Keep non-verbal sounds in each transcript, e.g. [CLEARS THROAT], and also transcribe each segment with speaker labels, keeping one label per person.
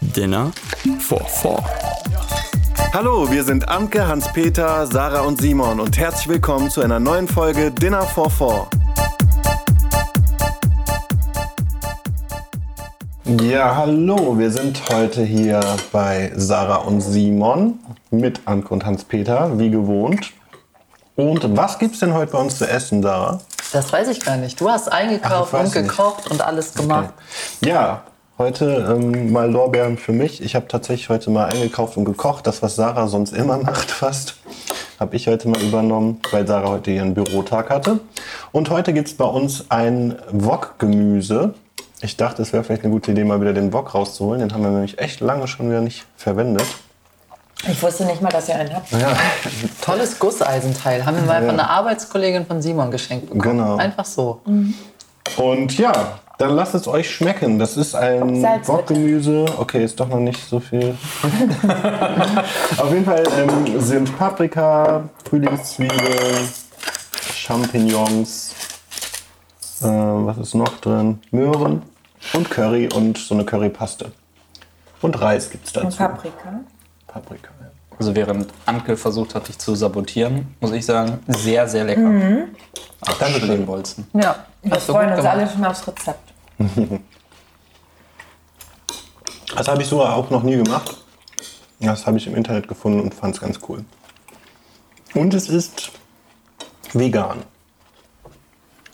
Speaker 1: Dinner for Four.
Speaker 2: Hallo, wir sind Anke, Hans-Peter, Sarah und Simon und herzlich willkommen zu einer neuen Folge Dinner for Four. Ja, hallo, wir sind heute hier bei Sarah und Simon mit Anke und Hans-Peter, wie gewohnt. Und was gibt's denn heute bei uns zu essen, Sarah?
Speaker 3: Das weiß ich gar nicht. Du hast eingekauft
Speaker 2: Ach, ich
Speaker 3: und
Speaker 2: weiß nicht.
Speaker 3: gekocht und alles gemacht.
Speaker 2: Ja, heute ähm, mal Lorbeeren für mich. Ich habe tatsächlich heute mal eingekauft und gekocht. Das, was Sarah sonst immer [LAUGHS] macht, fast, habe ich heute mal übernommen, weil Sarah heute ihren Bürotag hatte. Und heute gibt's bei uns ein Wok-Gemüse. Ich dachte, es wäre vielleicht eine gute Idee, mal wieder den Wok rauszuholen. Den haben wir nämlich echt lange schon wieder nicht verwendet.
Speaker 3: Ich wusste nicht mal, dass ihr einen habt. Tolles Gusseisenteil. Haben wir mal von einer Arbeitskollegin von Simon geschenkt bekommen.
Speaker 2: Genau.
Speaker 3: Einfach so.
Speaker 2: Und ja, dann lasst es euch schmecken. Das ist ein
Speaker 4: Salz, bitte.
Speaker 2: Wokgemüse. Okay, ist doch noch nicht so
Speaker 4: [LAUGHS]
Speaker 2: viel. Auf jeden Fall ähm, sind Paprika, Frühlingszwiebeln, Champignons, äh, was ist noch drin? Möhren und Curry und so eine Currypaste. Und Reis gibt es dazu.
Speaker 4: Und Paprika.
Speaker 2: Paprika. ja.
Speaker 5: Also während Anke versucht hat, dich zu sabotieren, muss ich sagen, sehr, sehr lecker.
Speaker 4: Hm.
Speaker 5: Ach,
Speaker 2: Dankeschön.
Speaker 5: Schlingenbolzen.
Speaker 3: Ja,
Speaker 4: Wir freuen uns alle schon aufs Rezept.
Speaker 2: Das habe ich sogar auch noch nie gemacht. Das habe ich im Internet gefunden und fand es ganz cool. Und es ist vegan.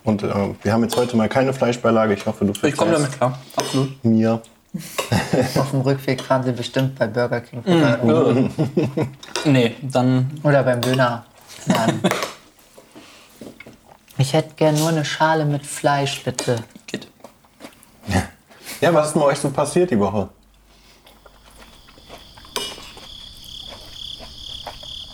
Speaker 2: Und äh, wir haben jetzt heute mal keine Fleischbeilage. Ich hoffe, du
Speaker 5: Ich komme
Speaker 2: verzeihst
Speaker 5: damit klar. Absolut.
Speaker 2: mir.
Speaker 3: Auf dem Rückweg fahren sie bestimmt bei Burger King
Speaker 2: Mhm.
Speaker 3: vorbei.
Speaker 5: Nee, dann
Speaker 3: oder beim Döner. Mann. ich hätte gern nur eine Schale mit Fleisch, bitte.
Speaker 5: geht.
Speaker 2: Ja, was ist mit euch so passiert die Woche?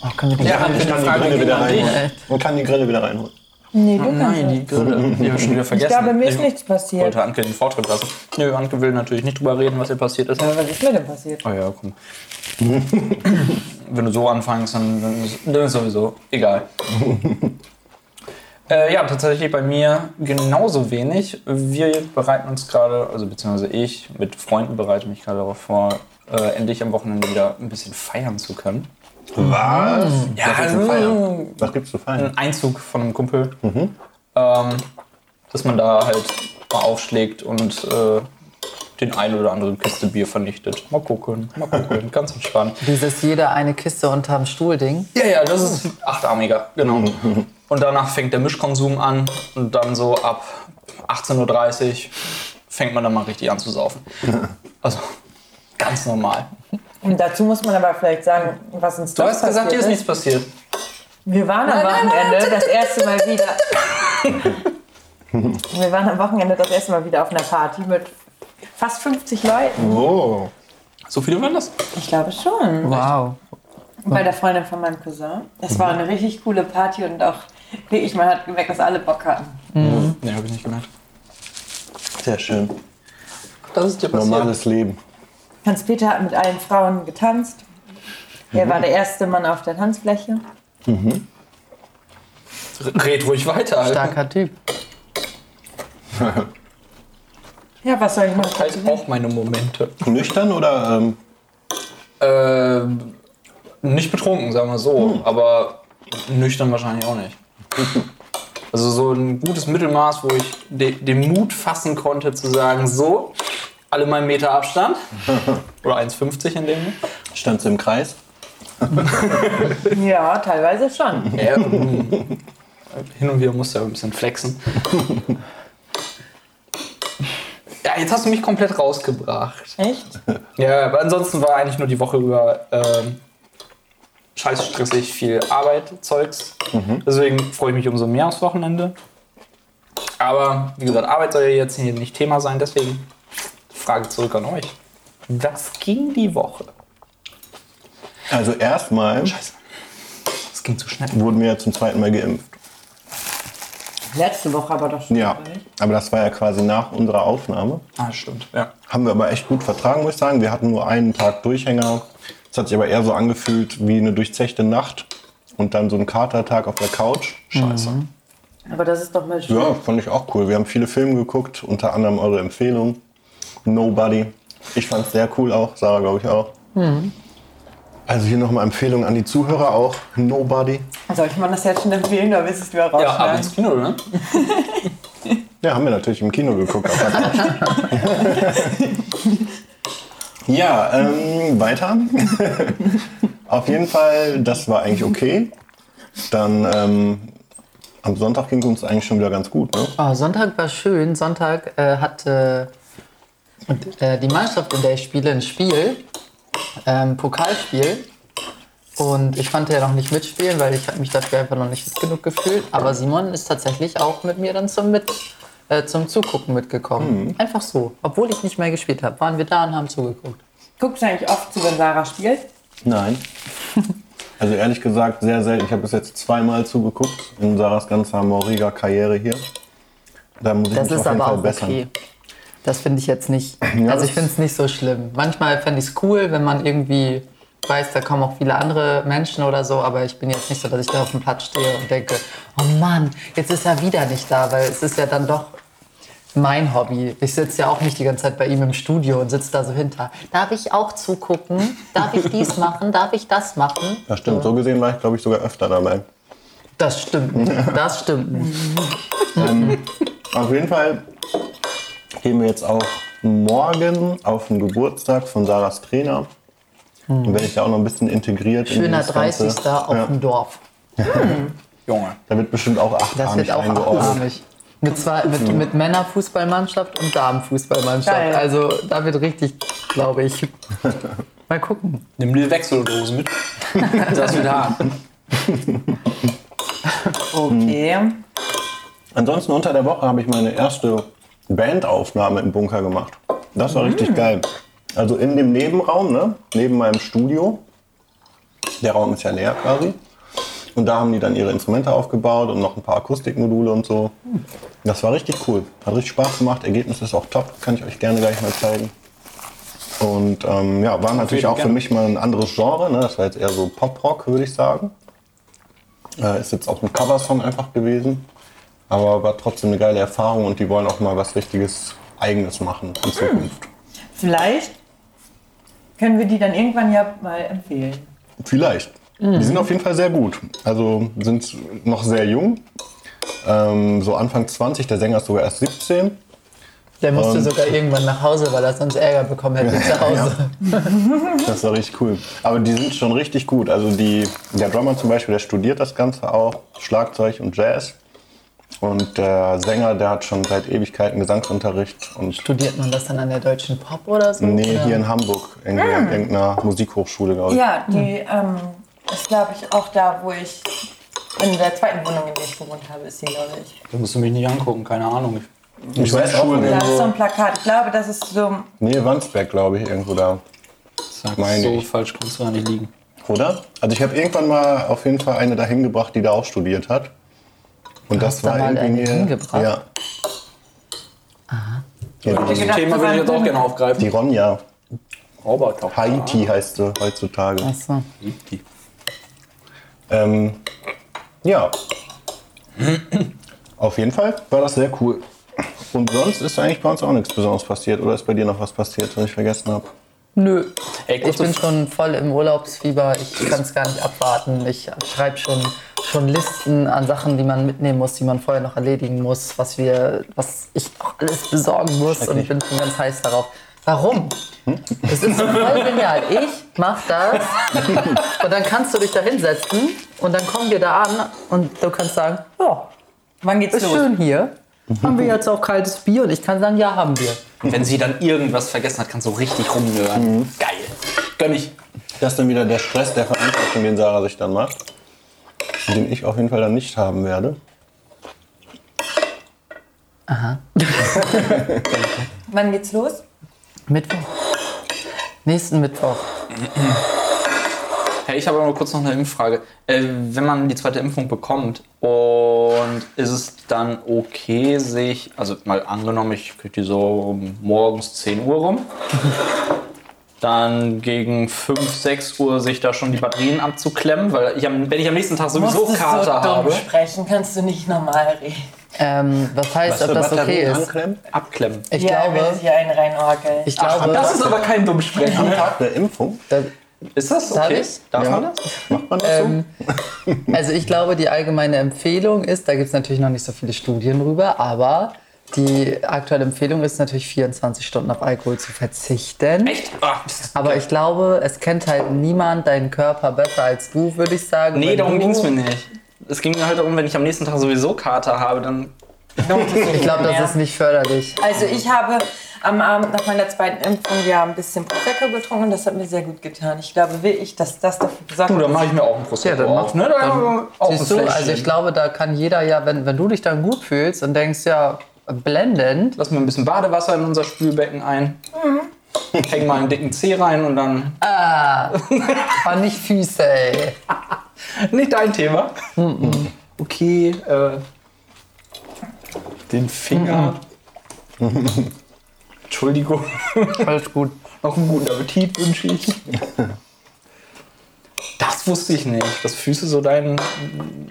Speaker 3: Oh, können wir die
Speaker 5: Ja,
Speaker 2: Ich
Speaker 5: Anke,
Speaker 2: kann
Speaker 5: die
Speaker 2: die
Speaker 5: Frage
Speaker 2: Grille
Speaker 5: ging
Speaker 2: wieder
Speaker 5: an dich.
Speaker 2: reinholen. Man kann die Grille wieder reinholen.
Speaker 4: Nee, du kannst
Speaker 5: Nein, die Grille. Die habe ich schon wieder vergessen.
Speaker 4: Also, Ich glaube, mir ist nichts passiert.
Speaker 5: wollte Anke den Vortritt lassen. Nö, Anke will natürlich nicht drüber reden, was ihr passiert ist.
Speaker 4: Aber was ist mir denn passiert?
Speaker 5: Oh ja, komm. [LAUGHS] Wenn du so anfängst, dann, dann, ist, dann ist sowieso egal. äh, ja, tatsächlich bei mir genauso wenig. Wir bereiten uns gerade, also beziehungsweise ich mit Freunden bereite mich gerade darauf vor, äh, endlich am Wochenende wieder ein bisschen feiern zu können.
Speaker 2: Was?
Speaker 5: Ja,
Speaker 2: Mm. Was gibt's
Speaker 5: mm.
Speaker 2: zu feiern? Was gibt's zu feiern?
Speaker 5: einen Einzug von einem Kumpel, ähm, dass man da halt mal aufschlägt und äh, den ein oder anderen Kiste Bier vernichtet. Mal gucken, mal gucken, ganz entspannt.
Speaker 3: Dieses jeder eine Kiste unterm Stuhl-Ding.
Speaker 5: Ja, ja, das ist achtarmiger, genau. Und danach fängt der Mischkonsum an und dann so ab 18.30 Uhr fängt man dann mal richtig an zu [LAUGHS] saufen. Also ganz normal.
Speaker 4: Und dazu muss man aber vielleicht sagen, was uns
Speaker 5: Du
Speaker 4: doch
Speaker 5: hast gesagt, dir
Speaker 4: passiert
Speaker 5: ist nichts passiert.
Speaker 4: Wir waren am Wochenende das erste Mal wieder. Wir waren am Wochenende das erste Mal wieder auf einer Party mit fast 50
Speaker 5: Mm.
Speaker 4: Leuten.
Speaker 2: Oh.
Speaker 5: So viele waren das?
Speaker 4: Ich glaube schon.
Speaker 3: Wow.
Speaker 4: Bei der Freundin von meinem Cousin. Es war eine richtig coole Party und auch wirklich, man hat gemerkt, dass alle Bock hatten.
Speaker 5: Nee, habe ich nicht gemerkt.
Speaker 2: Sehr schön.
Speaker 5: Das ist dir passiert.
Speaker 2: Normales Leben.
Speaker 4: Hans-Peter hat mit allen Frauen getanzt. Er
Speaker 5: Mhm.
Speaker 4: war der erste Mann auf der Tanzfläche.
Speaker 5: Red ruhig weiter. Alter.
Speaker 3: Starker Typ.
Speaker 4: Ja, was soll ich noch
Speaker 5: Halt auch meine Momente.
Speaker 2: Nüchtern oder ähm,
Speaker 5: Ähm, nicht betrunken, sagen wir so, aber nüchtern wahrscheinlich auch nicht. Also so ein gutes Mittelmaß, wo ich de den Mut fassen konnte zu sagen, so, alle mal einen Meter Abstand. Oder 1,50 in dem.
Speaker 2: standst du im Kreis?
Speaker 4: Ja, teilweise schon.
Speaker 5: Ja, mm. hin und wieder musst du ja ein bisschen flexen. Ja, jetzt hast du mich komplett rausgebracht.
Speaker 4: Echt?
Speaker 5: Ja, aber ansonsten war eigentlich nur die Woche über ähm, scheiß stressig viel Arbeit, Zeugs. Deswegen freue ich mich umso mehr aufs Wochenende. Aber wie gesagt, Arbeit soll ja jetzt hier nicht Thema sein, deswegen Frage zurück an euch. Was ging die Woche?
Speaker 2: Also erstmal
Speaker 5: Scheiße. Das ging zu schnell.
Speaker 2: wurden wir ja zum zweiten Mal geimpft.
Speaker 4: Letzte Woche aber doch schon.
Speaker 2: Ja,
Speaker 4: oder nicht?
Speaker 2: aber das war ja quasi nach unserer Aufnahme.
Speaker 5: Ah, stimmt. Ja.
Speaker 2: Haben wir aber echt gut vertragen, muss ich sagen. Wir hatten nur einen Tag Durchhänger. Es hat sich aber eher so angefühlt wie eine durchzechte Nacht und dann so ein Katertag auf der Couch.
Speaker 5: Scheiße.
Speaker 4: Mhm. Aber das ist doch mal schön.
Speaker 2: Ja, fand ich auch cool. Wir haben viele Filme geguckt, unter anderem eure Empfehlung. Nobody. Ich fand es sehr cool auch, Sarah glaube ich auch.
Speaker 4: Mhm.
Speaker 2: Also hier nochmal Empfehlung an die Zuhörer auch. Nobody.
Speaker 4: Sollte man das jetzt schon empfehlen, oder willst du es wieder
Speaker 5: Ja, ab
Speaker 4: rausschneiden?
Speaker 5: ins Kino, ne?
Speaker 2: Ja, haben wir natürlich im Kino geguckt. Aber ja, ähm, weiter. [LAUGHS] Auf jeden Fall, das war eigentlich okay. Dann ähm, am Sonntag ging es uns eigentlich schon wieder ganz gut. Ne?
Speaker 3: Oh, Sonntag war schön. Sonntag äh, hat äh, und, äh, die Mannschaft, in der ich spiele, ein Spiel, ähm, Pokalspiel. Und ich konnte ja noch nicht mitspielen, weil ich hab mich dafür einfach noch nicht fit genug gefühlt. Aber Simon ist tatsächlich auch mit mir dann zum, mit, äh, zum Zugucken mitgekommen. Einfach so. Obwohl ich nicht mehr gespielt habe, waren wir da und haben zugeguckt.
Speaker 4: Guckst du eigentlich oft zu, wenn Sarah spielt?
Speaker 2: Nein. Also ehrlich gesagt, sehr selten. Ich habe bis jetzt zweimal zugeguckt in Sarahs ganzer mauriger Karriere hier. Da muss ich
Speaker 3: Das
Speaker 2: mich
Speaker 3: ist
Speaker 2: auf jeden
Speaker 3: aber
Speaker 2: Fall
Speaker 3: auch
Speaker 2: bessern.
Speaker 3: okay. Das finde ich jetzt nicht. also ich
Speaker 2: das-
Speaker 3: finde es nicht so schlimm. Manchmal fände ich es cool, wenn man irgendwie weiß, da kommen auch viele andere Menschen oder so, aber ich bin jetzt nicht so, dass ich da auf dem Platz stehe und denke, oh Mann, jetzt ist er wieder nicht da, weil es ist ja dann doch mein Hobby. Ich sitze ja auch nicht die ganze Zeit bei ihm im Studio und sitze da so hinter. Darf ich auch zugucken? Darf ich
Speaker 2: [LAUGHS]
Speaker 3: dies machen? Darf ich das machen?
Speaker 2: Das stimmt. So gesehen war ich, glaube ich, sogar öfter dabei.
Speaker 3: Das stimmt nicht. Das stimmt nicht.
Speaker 2: Auf jeden Fall gehen wir jetzt auch morgen auf den Geburtstag von Sarahs Trainer. Dann werde ich da auch noch ein bisschen integriert. in
Speaker 3: Hm. Schöner
Speaker 2: dieses Ganze.
Speaker 3: 30. auf
Speaker 2: Ja,
Speaker 3: dem Dorf.
Speaker 5: Junge.
Speaker 2: da wird bestimmt auch
Speaker 3: Das wird
Speaker 2: achtarmig
Speaker 3: auch
Speaker 2: eingeordnet. Hm.
Speaker 3: achtarmig. Mit, zwei, mit, mit Männerfußballmannschaft und Damenfußballmannschaft.
Speaker 4: Geil.
Speaker 3: Also da wird richtig,
Speaker 2: [LAUGHS]
Speaker 3: glaube ich. Mal gucken.
Speaker 5: Nimm dir Wechseldosen mit. Das wird hart.
Speaker 4: Okay.
Speaker 2: Ansonsten unter der Woche habe ich meine erste Bandaufnahme im Bunker gemacht. Das war richtig geil. Also in dem Nebenraum, ne? neben meinem Studio. Der Raum ist ja leer quasi. Und da haben die dann ihre Instrumente aufgebaut und noch ein paar Akustikmodule und so. Das war richtig cool. Hat richtig Spaß gemacht. Ergebnis ist auch top. Kann ich euch gerne gleich mal zeigen. Und ähm, ja, war natürlich auch für
Speaker 5: gerne.
Speaker 2: mich mal ein anderes Genre. Ne? Das war jetzt eher so Pop-Rock, würde ich sagen. Äh, ist jetzt auch ein Coversong einfach gewesen. Aber war trotzdem eine geile Erfahrung und die wollen auch mal was richtiges Eigenes machen in Zukunft.
Speaker 4: Vielleicht können wir die dann irgendwann ja mal empfehlen.
Speaker 2: Vielleicht. Die sind auf jeden Fall sehr gut. Also sind noch sehr jung. Ähm, so Anfang 20, der Sänger ist sogar erst 17.
Speaker 3: Der musste
Speaker 2: Und-
Speaker 3: sogar irgendwann nach Hause, weil er sonst Ärger bekommen hätte zu Hause.
Speaker 2: Das war richtig cool. Aber die sind schon richtig gut. Also die, der Drummer zum Beispiel, der studiert das Ganze auch, Schlagzeug und Jazz. Und der Sänger, der hat schon seit Ewigkeiten Gesangsunterricht und
Speaker 3: Studiert man das dann an der deutschen Pop oder so?
Speaker 2: Nee,
Speaker 3: oder?
Speaker 2: hier in Hamburg, irgendwie an irgendeiner Musikhochschule, glaube ich.
Speaker 4: Ja, die ähm, ist, glaube ich, auch da, wo ich in der zweiten Wohnung, in der ich gewohnt habe, ist sie, glaube ich.
Speaker 5: Da musst du mich nicht angucken, keine Ahnung.
Speaker 2: ich weiß auch
Speaker 4: Da
Speaker 2: nicht.
Speaker 4: ist so ein Plakat. Ich glaube, das ist so.
Speaker 2: Nee, Wandsberg, glaube ich, irgendwo da.
Speaker 5: Sag,
Speaker 2: Meine
Speaker 5: so
Speaker 2: ich.
Speaker 5: falsch kannst du da nicht liegen.
Speaker 2: Oder? Also ich habe irgendwann mal auf jeden Fall eine dahin gebracht, die da auch studiert hat. Und das
Speaker 3: hast da
Speaker 2: war
Speaker 3: mal eine
Speaker 2: irgendwie...
Speaker 3: hingebracht?
Speaker 2: Ja. Ja,
Speaker 4: Ich
Speaker 2: die,
Speaker 5: Thema
Speaker 4: gedacht, das
Speaker 5: würde ich
Speaker 4: war
Speaker 5: jetzt auch gerne aufgreifen.
Speaker 2: die Ronja.
Speaker 5: Roboter.
Speaker 2: Haiti heißt sie heutzutage.
Speaker 3: Ach so.
Speaker 5: Haiti.
Speaker 2: Ähm, ja. Auf jeden Fall war das sehr cool. Und sonst ist eigentlich bei uns auch nichts Besonderes passiert. Oder ist bei dir noch was passiert, was ich vergessen habe?
Speaker 3: Nö.
Speaker 5: Ey,
Speaker 3: ich
Speaker 5: kurze
Speaker 3: bin
Speaker 5: F-
Speaker 3: schon voll im Urlaubsfieber. Ich kann es gar nicht abwarten. Ich schreibe schon, schon Listen an Sachen, die man mitnehmen muss, die man vorher noch erledigen muss, was wir, was ich noch alles besorgen muss. Und ich bin schon ganz heiß darauf. Warum? Es ist so voll genial. Ich mach das und dann kannst du dich da hinsetzen und dann kommen wir da an und du kannst sagen, ja,
Speaker 4: oh, Wann geht's
Speaker 3: ist
Speaker 4: los?
Speaker 3: schön hier. Haben wir jetzt auch kaltes Bier und ich kann sagen, ja, haben wir.
Speaker 5: Wenn sie dann irgendwas vergessen hat, kannst du richtig rumnören. Geil. Gönn ich.
Speaker 2: Das ist dann wieder der Stress der Verantwortung, den Sarah sich dann macht. Den ich auf jeden Fall dann nicht haben werde.
Speaker 4: Wann geht's los?
Speaker 3: Mittwoch. Nächsten Mittwoch.
Speaker 5: Hey, ich habe aber nur kurz noch eine Impffrage. Äh, wenn man die zweite Impfung bekommt und ist es dann okay, sich, also mal angenommen, ich kriege die so um morgens 10 Uhr rum, dann gegen 5, 6 Uhr sich da schon die Batterien abzuklemmen, weil ich am, wenn ich am nächsten Tag sowieso
Speaker 4: Musstest
Speaker 5: Kater
Speaker 4: so dumm
Speaker 5: habe.
Speaker 4: sprechen, kannst du nicht normal reden.
Speaker 3: Ähm, was heißt, ob das okay
Speaker 2: Batterien
Speaker 3: ist?
Speaker 2: anklemmen?
Speaker 5: Abklemmen.
Speaker 3: Ich
Speaker 4: ja,
Speaker 3: glaube,
Speaker 4: wenn sie einen reinorgeln.
Speaker 3: ich glaube,
Speaker 5: Das ist aber kein dumm Sprechen.
Speaker 2: Am Tag der Impfung?
Speaker 3: da-
Speaker 5: Ist das
Speaker 3: Darf
Speaker 5: okay?
Speaker 3: ich?
Speaker 5: Darf
Speaker 2: Ja.
Speaker 5: man das?
Speaker 2: Macht man das
Speaker 3: Ähm, also ich glaube, die allgemeine Empfehlung ist, da gibt es natürlich noch nicht so viele Studien rüber, aber die aktuelle Empfehlung ist natürlich 24 Stunden auf Alkohol zu verzichten.
Speaker 5: Echt? Ah, pst.
Speaker 3: Aber ich glaube, es kennt halt niemand deinen Körper besser als du, würde ich sagen.
Speaker 5: nee,
Speaker 3: Wenn
Speaker 5: darum
Speaker 3: du-
Speaker 5: ging es mir nicht. Es ging mir halt darum, wenn ich am nächsten Tag sowieso Kater habe, dann.
Speaker 3: Ich glaube, das
Speaker 4: Ja.
Speaker 3: ist nicht förderlich.
Speaker 4: Also ich habe am Abend nach meiner zweiten Impfung ja ein bisschen Prosecco getrunken. Das hat mir sehr gut getan. Ich glaube wirklich, dass das dafür gesorgt
Speaker 5: Du,
Speaker 4: hat.
Speaker 5: [LAUGHS] dann mache ich mir auch ein Prosecco
Speaker 3: Ja, dann mach-
Speaker 5: auf. Ne? Dann, auch ein
Speaker 3: Siehst du,
Speaker 5: Fläschchen.
Speaker 3: also ich glaube, da kann jeder ja, wenn, wenn du dich dann gut fühlst und denkst, ja, blendend,
Speaker 5: Lass mal ein bisschen Badewasser in unser Spülbecken ein.
Speaker 3: Mhm.
Speaker 5: Häng mal einen dicken Zeh rein und dann. [LAUGHS]
Speaker 3: aber nicht Füße, ey.
Speaker 5: Nicht dein Thema.
Speaker 3: Mhm.
Speaker 5: Okay, äh, den Finger.
Speaker 3: Mhm.
Speaker 5: Entschuldigung.
Speaker 3: Alles gut.
Speaker 5: Noch einen guten Appetit wünsche ich. Das wusste ich nicht, dass Füße so dein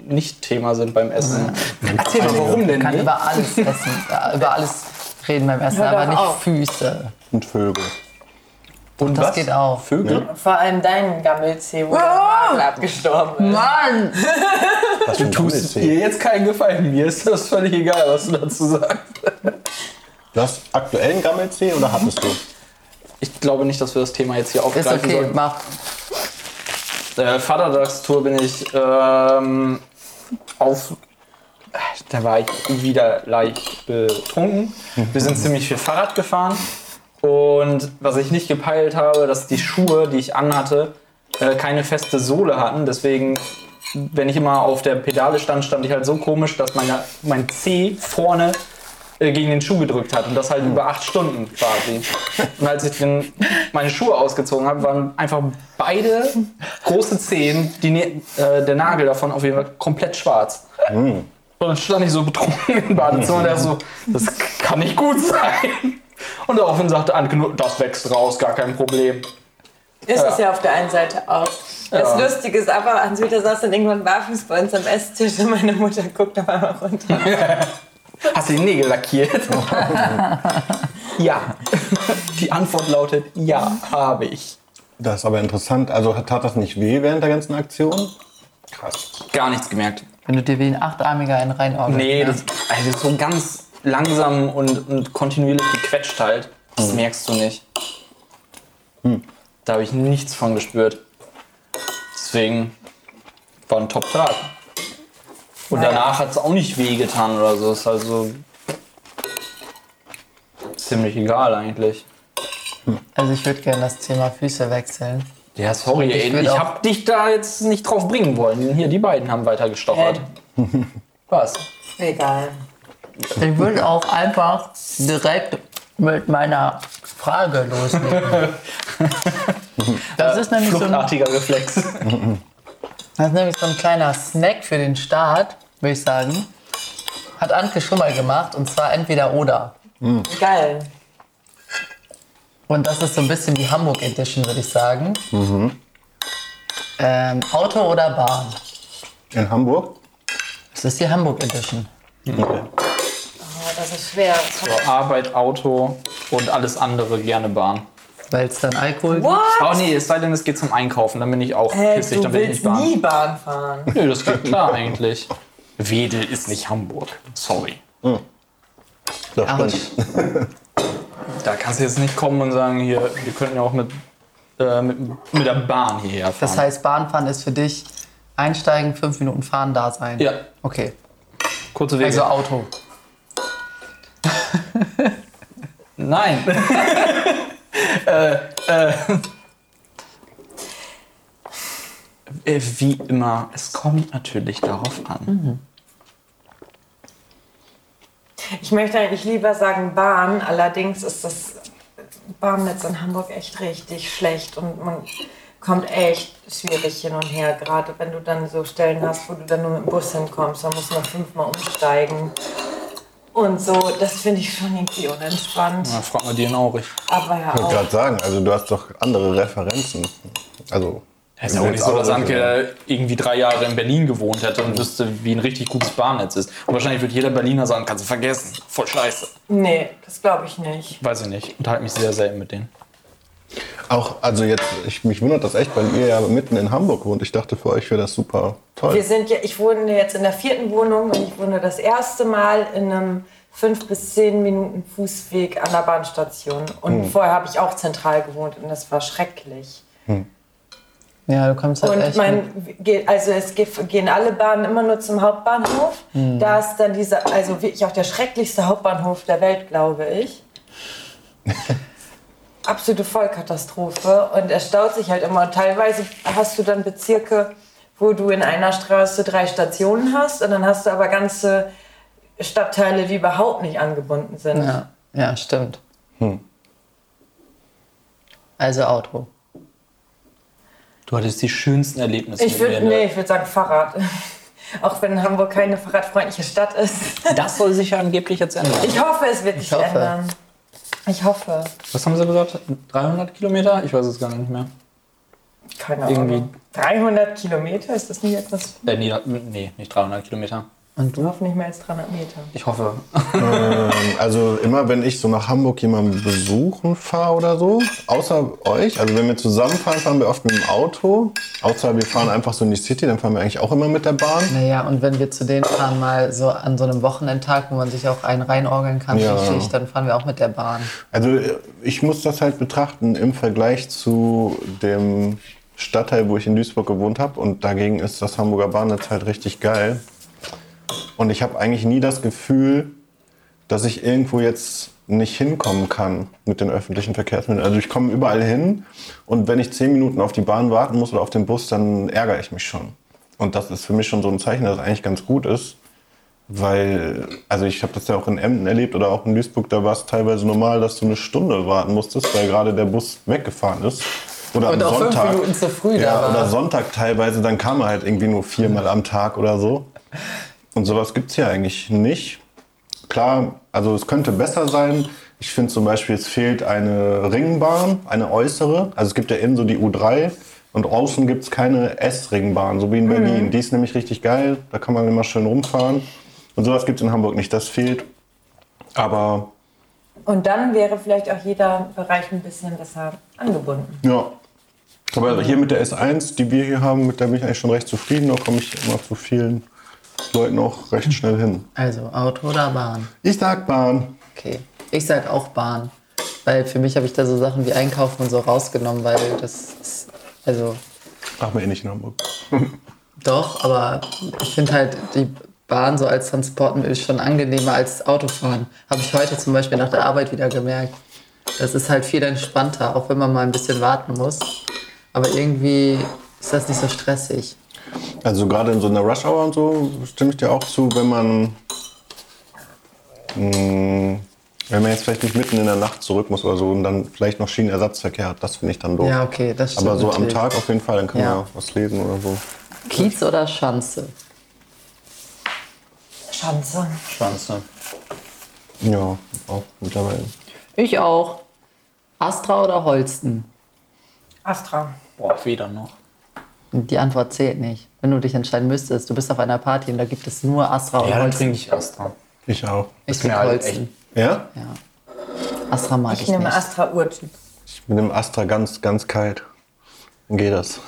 Speaker 5: Nicht-Thema sind beim Essen. Erzähl mal, warum denn
Speaker 3: Kann
Speaker 5: nicht?
Speaker 3: über alles essen, äh, über alles reden beim Essen,
Speaker 4: Hör doch
Speaker 3: aber nicht
Speaker 4: auf.
Speaker 3: Füße.
Speaker 2: und Vögel.
Speaker 3: Und das geht auch.
Speaker 5: Vögel?
Speaker 4: Vor allem dein Gammelzeh, wo der Nagel abgestorben ist.
Speaker 3: Mann!
Speaker 2: Was du
Speaker 5: Tust eh. dir jetzt keinen Gefallen. Mir ist das völlig egal, was du dazu sagst.
Speaker 2: Du hast aktuell einen Gammelzeh oder hattest du?
Speaker 5: Ich glaube nicht, dass wir das Thema jetzt hier
Speaker 3: Ist
Speaker 5: aufgreifen
Speaker 3: okay,
Speaker 5: sollten.
Speaker 3: mach.
Speaker 5: Äh, Vatertagstour bin ich ähm, auf. Da war ich wieder leicht betrunken. Wir sind ziemlich viel Fahrrad gefahren. Und was ich nicht gepeilt habe, dass die Schuhe, die ich anhatte, äh, keine feste Sohle hatten. Deswegen, wenn ich immer auf der Pedale stand, stand ich halt so komisch, dass meine, mein Zeh vorne äh, gegen den Schuh gedrückt hat. Und das halt über acht Stunden quasi. Und als ich den, meine Schuhe ausgezogen habe, waren einfach beide große Zehen, die, Nä- äh, der Nagel davon auf jeden Fall komplett schwarz. Und dann stand ich so betrunken im Badezimmer und er so, das kann nicht gut sein. Und daraufhin sagte Anke nur, das wächst raus, gar kein Problem.
Speaker 4: Ist es
Speaker 5: Ja.
Speaker 4: ja auf der einen Seite auch. Das
Speaker 5: Ja.
Speaker 4: Lustige ist aber, Hans-Peter saß dann irgendwann barfuß bei uns am Esstisch und meine Mutter guckt auf einmal runter.
Speaker 5: Hast du die Nägel [LAUGHS] lackiert? ja. Die Antwort lautet, ja, habe ich.
Speaker 2: Das ist aber interessant. Also hat- tat das nicht weh während der ganzen Aktion? Krass.
Speaker 5: Gar nichts gemerkt.
Speaker 3: Wenn du dir wie ein Achtarmiger einen ne? reinorgelst.
Speaker 5: Nee, das, also das ist so ganz langsam und, und kontinuierlich gequetscht halt. Das merkst du nicht. Hm. Da habe ich nichts von gespürt. Deswegen war ein Top-Tag. Und danach hat es auch nicht wehgetan oder so. Ist also ziemlich egal eigentlich.
Speaker 3: Also ich würde gerne das Thema Füße wechseln.
Speaker 5: Ja, sorry,
Speaker 3: ich
Speaker 5: ich,
Speaker 3: will
Speaker 5: ich
Speaker 3: auch-
Speaker 5: habe dich da jetzt nicht drauf bringen wollen. Hier, die beiden haben weiter gestochert. [LAUGHS] Was?
Speaker 4: Egal.
Speaker 3: Ich würde auch einfach direkt mit meiner Frage loslegen. Das ist nämlich so ein,
Speaker 5: Fluchtartiger Reflex.
Speaker 3: das ist nämlich so ein kleiner Snack für den Start, würde ich sagen. Hat Anke schon mal gemacht und zwar entweder oder.
Speaker 4: Geil.
Speaker 3: Und das ist so ein bisschen die Hamburg Edition, würde ich sagen.
Speaker 5: Mhm.
Speaker 3: Ähm, Auto oder Bahn?
Speaker 2: In Hamburg?
Speaker 3: Das ist die Hamburg Edition.
Speaker 5: Mhm.
Speaker 4: Oh, das ist schwer.
Speaker 5: Arbeit, Auto und alles andere gerne Bahn.
Speaker 3: Weil es dann Alkohol gibt.
Speaker 4: What?
Speaker 5: Oh nee, es sei denn, es geht zum Einkaufen, dann bin ich auch
Speaker 4: Hey,
Speaker 5: pissig,
Speaker 4: Äh, du
Speaker 5: dann bin ich
Speaker 4: willst
Speaker 5: nicht Bahn.
Speaker 4: nie Bahn fahren.
Speaker 5: Nö, das geht klar eigentlich. Wedel ist nicht Hamburg. Sorry.
Speaker 2: Das
Speaker 3: Autsch.
Speaker 2: stimmt.
Speaker 5: Da kannst du jetzt nicht kommen und sagen, hier, wir könnten ja auch mit, äh, mit, mit der Bahn hierher fahren.
Speaker 3: Das heißt, Bahnfahren ist für dich einsteigen, fünf Minuten fahren, da sein.
Speaker 5: Ja.
Speaker 3: Okay.
Speaker 5: kurze Wege.
Speaker 3: Also Auto.
Speaker 4: [LAUGHS]
Speaker 5: Nein. äh, äh. Äh, Wie immer, es kommt natürlich darauf an.
Speaker 4: Mhm. Ich möchte eigentlich lieber sagen Bahn, allerdings ist das Bahnnetz in Hamburg echt richtig schlecht und man kommt echt schwierig hin und her, gerade wenn du dann so Stellen hast, wo du dann nur mit dem Bus hinkommst, dann musst du noch fünfmal umsteigen. Und so, das finde ich schon irgendwie unentspannt.
Speaker 5: Na, frag mal die in Aurich.
Speaker 4: Aber ja
Speaker 2: Oh Ich wollte
Speaker 4: auch.
Speaker 2: gerade sagen, also du hast doch andere Referenzen. Also
Speaker 5: Es ist ja Mhm. auch nicht so, dass Anke irgendwie drei Jahre in Berlin gewohnt hätte und wüsste, wie ein richtig gutes Bahnnetz ist. Und wahrscheinlich wird jeder Berliner sagen, kannst du vergessen, voll scheiße.
Speaker 4: Nee, das glaube ich nicht.
Speaker 5: Weiß ich nicht. Unterhalte mich sehr selten mit denen.
Speaker 2: Auch, also jetzt, ich, mich wundert das echt, weil ihr ja mitten in Hamburg wohnt. Ich dachte, für euch wäre das super
Speaker 4: Wir
Speaker 2: toll.
Speaker 4: sind ja, ich wohne jetzt in der vierten Wohnung und ich wohne das erste Mal in einem fünf bis zehn Minuten Fußweg an der Bahnstation. Und vorher habe ich auch zentral gewohnt und das war schrecklich.
Speaker 3: Ja, du kommst halt
Speaker 4: Und
Speaker 3: echt.
Speaker 4: mein, ge- also es ge- gehen alle Bahnen immer nur zum Hauptbahnhof.
Speaker 3: Hm.
Speaker 4: Da ist dann dieser, also wirklich auch der schrecklichste Hauptbahnhof der Welt,
Speaker 3: [LAUGHS]
Speaker 4: glaube ich. Absolute Vollkatastrophe. Und er staut sich halt immer. Und teilweise hast du dann Bezirke, wo du in einer Straße drei Stationen hast. Und dann hast du aber ganze Stadtteile, die überhaupt nicht angebunden sind.
Speaker 3: ja, ja, stimmt.
Speaker 5: Hm.
Speaker 3: Also Auto.
Speaker 5: Du hattest die schönsten Erlebnisse
Speaker 4: Ich würde nee, ich würd sagen Fahrrad. [LAUGHS] Auch wenn Hamburg keine fahrradfreundliche Stadt ist.
Speaker 5: Das soll sich ja angeblich jetzt ändern.
Speaker 4: Ich hoffe, es wird sich
Speaker 3: hoffe.
Speaker 4: ändern. Ich hoffe.
Speaker 5: Was haben sie gesagt? 300 Kilometer? Ich weiß es gar nicht mehr.
Speaker 4: Keine
Speaker 5: Irgendwie-
Speaker 4: Ahnung. 300 Kilometer, ist das nicht etwas?
Speaker 5: Äh, nee, nee, nicht 300 Kilometer.
Speaker 3: Und du?
Speaker 4: Hoffentlich mehr als 300 Meter.
Speaker 5: Ich hoffe.
Speaker 2: Also immer, wenn ich so nach Hamburg jemanden besuchen fahre oder so, außer euch, also wenn wir zusammenfahren, fahren wir oft mit dem Auto. Außer wir fahren einfach so in die City, dann fahren wir eigentlich auch immer mit der Bahn.
Speaker 3: Naja, und wenn wir zu denen fahren, mal so an so einem Wochenendtag, wo man sich auch einen reinorgeln kann,
Speaker 2: Ja.
Speaker 3: richtig, dann fahren wir auch mit der Bahn.
Speaker 2: Also ich muss das halt betrachten im Vergleich zu dem Stadtteil, wo ich in Duisburg gewohnt habe. Und dagegen ist das Hamburger Bahnnetz halt richtig geil. Und ich habe eigentlich nie das Gefühl, dass ich irgendwo jetzt nicht hinkommen kann mit den öffentlichen Verkehrsmitteln. Also ich komme überall hin und wenn ich zehn Minuten auf die Bahn warten muss oder auf den Bus, dann ärgere ich mich schon. Und das ist für mich schon so ein Zeichen, dass es eigentlich ganz gut ist, weil, also ich habe das ja auch in Emden erlebt oder auch in Duisburg, da war es teilweise normal, dass du eine Stunde warten musstest, weil gerade der Bus weggefahren ist. Oder
Speaker 3: Und
Speaker 2: am
Speaker 3: auch fünf
Speaker 2: Sonntag.
Speaker 3: Minuten zu früh da
Speaker 2: ja,
Speaker 3: war.
Speaker 2: Oder Sonntag teilweise, dann kam er halt irgendwie nur viermal am Tag oder so. Und sowas gibt es hier eigentlich nicht. Klar, also es könnte besser sein. Ich finde zum Beispiel, es fehlt eine Ringbahn, eine äußere. Also es gibt ja innen so die U3 und außen gibt es keine S-Ringbahn, so wie in Berlin. Die ist nämlich richtig geil, da kann man immer schön rumfahren. Und sowas gibt es in Hamburg nicht, das fehlt. Aber
Speaker 4: Und dann wäre vielleicht auch jeder Bereich ein bisschen besser angebunden.
Speaker 2: Ja. Aber also hier mit der S1, die wir hier haben, mit der bin ich eigentlich schon recht zufrieden. Da komme ich immer zu vielen Leuten auch recht schnell hin.
Speaker 3: Also Auto oder Bahn?
Speaker 2: Ich sag Bahn.
Speaker 3: Okay. Ich sag auch Bahn. Weil für mich habe ich da so Sachen wie Einkaufen und so rausgenommen, weil das ist, also
Speaker 2: Ach, mir eh nicht in Hamburg.
Speaker 3: doch, aber ich finde halt die Bahn so als Transportmittel schon angenehmer als Autofahren. Habe ich heute zum Beispiel nach der Arbeit wieder gemerkt. Das ist halt viel entspannter, auch wenn man mal ein bisschen warten muss. Aber irgendwie ist das nicht so stressig.
Speaker 2: Also gerade in so einer Rush Hour und so stimme ich dir auch zu, wenn man mh, wenn man jetzt vielleicht nicht mitten in der Nacht zurück muss oder so und dann vielleicht noch Schienenersatzverkehr hat, das finde ich dann doof.
Speaker 3: Ja, okay, das stimmt.
Speaker 2: Aber so am
Speaker 3: natürlich.
Speaker 2: Tag auf jeden Fall, dann kann
Speaker 3: Ja.
Speaker 2: man ja was lesen oder so.
Speaker 3: Kiez oder Schanze?
Speaker 4: Schanze.
Speaker 5: Schwanze.
Speaker 2: Ja, auch mittlerweile.
Speaker 3: Ich auch. Astra oder Holsten?
Speaker 4: Astra.
Speaker 5: Boah, weder noch.
Speaker 3: Die Antwort zählt nicht. Wenn du dich entscheiden müsstest, du bist auf einer Party und da gibt es nur Astra oder
Speaker 5: Ja, dann
Speaker 3: Holsten.
Speaker 5: trinke ich Astra.
Speaker 2: Ich auch.
Speaker 3: Ich
Speaker 5: mir
Speaker 3: finde
Speaker 5: halt
Speaker 3: Holsten.
Speaker 2: Ja?
Speaker 3: Ja. Astra mag ich,
Speaker 4: Ich nehme
Speaker 3: nicht.
Speaker 4: Astra Urtyp.
Speaker 2: Mit dem Astra ganz, ganz kalt. Dann geht das.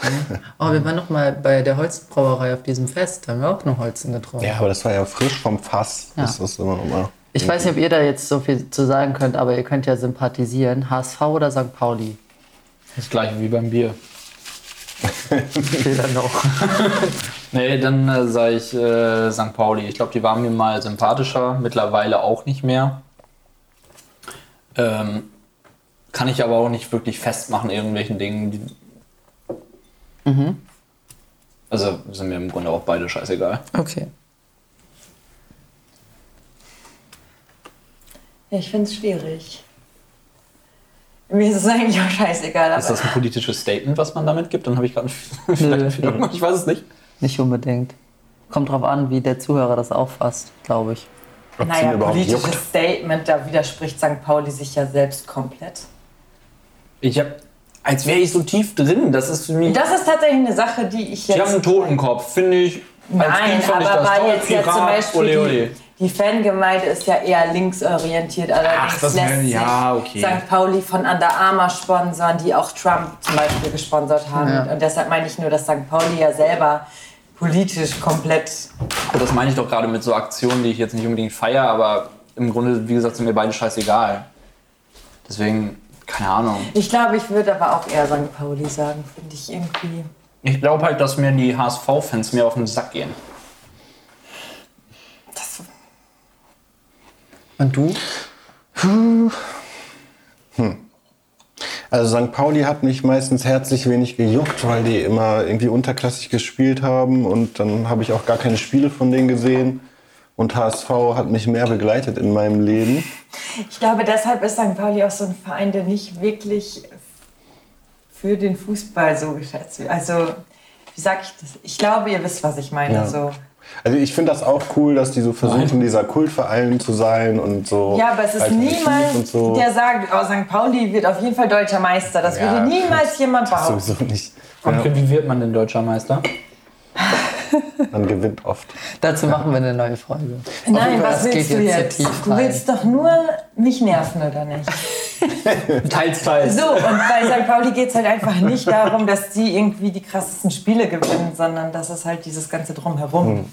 Speaker 3: Oh, wir waren noch mal bei der Holzbrauerei auf diesem Fest. Da haben wir auch noch Holzen getrunken.
Speaker 2: Ja, aber das war ja frisch vom Fass. Das
Speaker 3: Ja.
Speaker 2: ist immer noch mal.
Speaker 3: Ich weiß nicht, ob ihr da jetzt so viel zu sagen könnt, aber ihr könnt ja sympathisieren. HSV oder St. Pauli?
Speaker 5: Das gleiche wie beim Bier.
Speaker 3: Weder noch.
Speaker 5: Nee, dann äh, sage ich äh, St. Pauli. Ich glaube, die waren mir mal sympathischer, mittlerweile auch nicht mehr. Ähm, kann ich aber auch nicht wirklich festmachen, irgendwelchen Dingen. Die
Speaker 4: Mhm.
Speaker 5: Also sind mir im Grunde auch beide scheißegal.
Speaker 3: [LAUGHS] Okay.
Speaker 4: Ja, ich finde es schwierig. Mir ist es eigentlich auch scheißegal.
Speaker 5: Ist
Speaker 4: Aber
Speaker 5: das ein politisches Statement, was man damit gibt? Dann habe ich gerade einen- [LAUGHS] vielleicht einen Fehler gemacht. Ich weiß es nicht.
Speaker 3: Nicht unbedingt. Kommt drauf an, wie der Zuhörer das auffasst, glaube ich.
Speaker 4: naja,
Speaker 2: sie überhaupt
Speaker 4: politisches
Speaker 2: juckt.
Speaker 4: Statement, da widerspricht St. Pauli sich ja selbst komplett.
Speaker 5: Ich habe als wäre ich so tief drin. Das ist für mich.
Speaker 4: Das ist tatsächlich eine Sache, die ich jetzt.
Speaker 5: die haben einen Totenkopf, finde ich. als
Speaker 4: Nein,
Speaker 5: Kind fand ich
Speaker 4: aber
Speaker 5: das
Speaker 4: war
Speaker 5: toll.
Speaker 4: jetzt ja zum
Speaker 5: Pirat,
Speaker 4: Beispiel
Speaker 5: ole, ole.
Speaker 4: Die, die Fangemeinde ist ja eher linksorientiert, allerdings
Speaker 5: Ach, das
Speaker 4: lässt
Speaker 5: wäre-
Speaker 4: sich
Speaker 5: ja, okay.
Speaker 4: St. Pauli von Under Armour sponsern, die auch Trump zum Beispiel gesponsert haben. Und deshalb meine ich nur, dass St. Pauli ja selber politisch komplett
Speaker 5: Und das meine ich doch gerade mit so Aktionen, die ich jetzt nicht unbedingt feiere, aber im Grunde, wie gesagt, sind mir beide scheißegal. Deswegen, keine Ahnung.
Speaker 4: Ich glaube, ich würde aber auch eher St. Pauli sagen, finde ich irgendwie.
Speaker 5: Ich glaube halt, dass mir die HSV-Fans mehr auf den Sack gehen.
Speaker 3: Und du?
Speaker 2: Also St. Pauli hat mich meistens herzlich wenig gejuckt, weil die immer irgendwie unterklassig gespielt haben und dann habe ich auch gar keine Spiele von denen gesehen. Und HSV hat mich mehr begleitet in meinem Leben.
Speaker 4: Ich glaube, deshalb ist St. Pauli auch so ein Verein, der nicht wirklich für den Fußball so geschätzt wird. Also, wie sage ich das? Ich glaube, ihr wisst, was ich meine.
Speaker 2: Ja.
Speaker 4: So.
Speaker 2: Also ich finde das auch cool, dass die so versuchen, dieser Kultverein zu sein und so.
Speaker 4: Ja, aber es ist
Speaker 2: alternativ und
Speaker 4: niemand,
Speaker 2: so.
Speaker 4: der sagt, oh, St. Pauli wird auf jeden Fall deutscher Meister. Das
Speaker 2: Ja.
Speaker 4: würde niemals jemand behaupten.
Speaker 2: sowieso nicht.
Speaker 5: Und wie wird man denn deutscher Meister?
Speaker 2: Man gewinnt oft.
Speaker 3: Dazu machen wir eine neue Folge.
Speaker 4: Nein,
Speaker 3: Auf jeden
Speaker 4: was
Speaker 3: Fall, das
Speaker 4: willst
Speaker 3: geht
Speaker 4: du
Speaker 3: jetzt
Speaker 4: jetzt?
Speaker 3: hier tief
Speaker 4: Du
Speaker 3: rein.
Speaker 4: willst doch nur mich nerven, oder nicht?
Speaker 5: Teils, teils.
Speaker 4: So, und bei St. Pauli geht es halt einfach nicht darum, dass die irgendwie die krassesten Spiele gewinnen, sondern das ist halt dieses ganze Drumherum.
Speaker 3: Hm.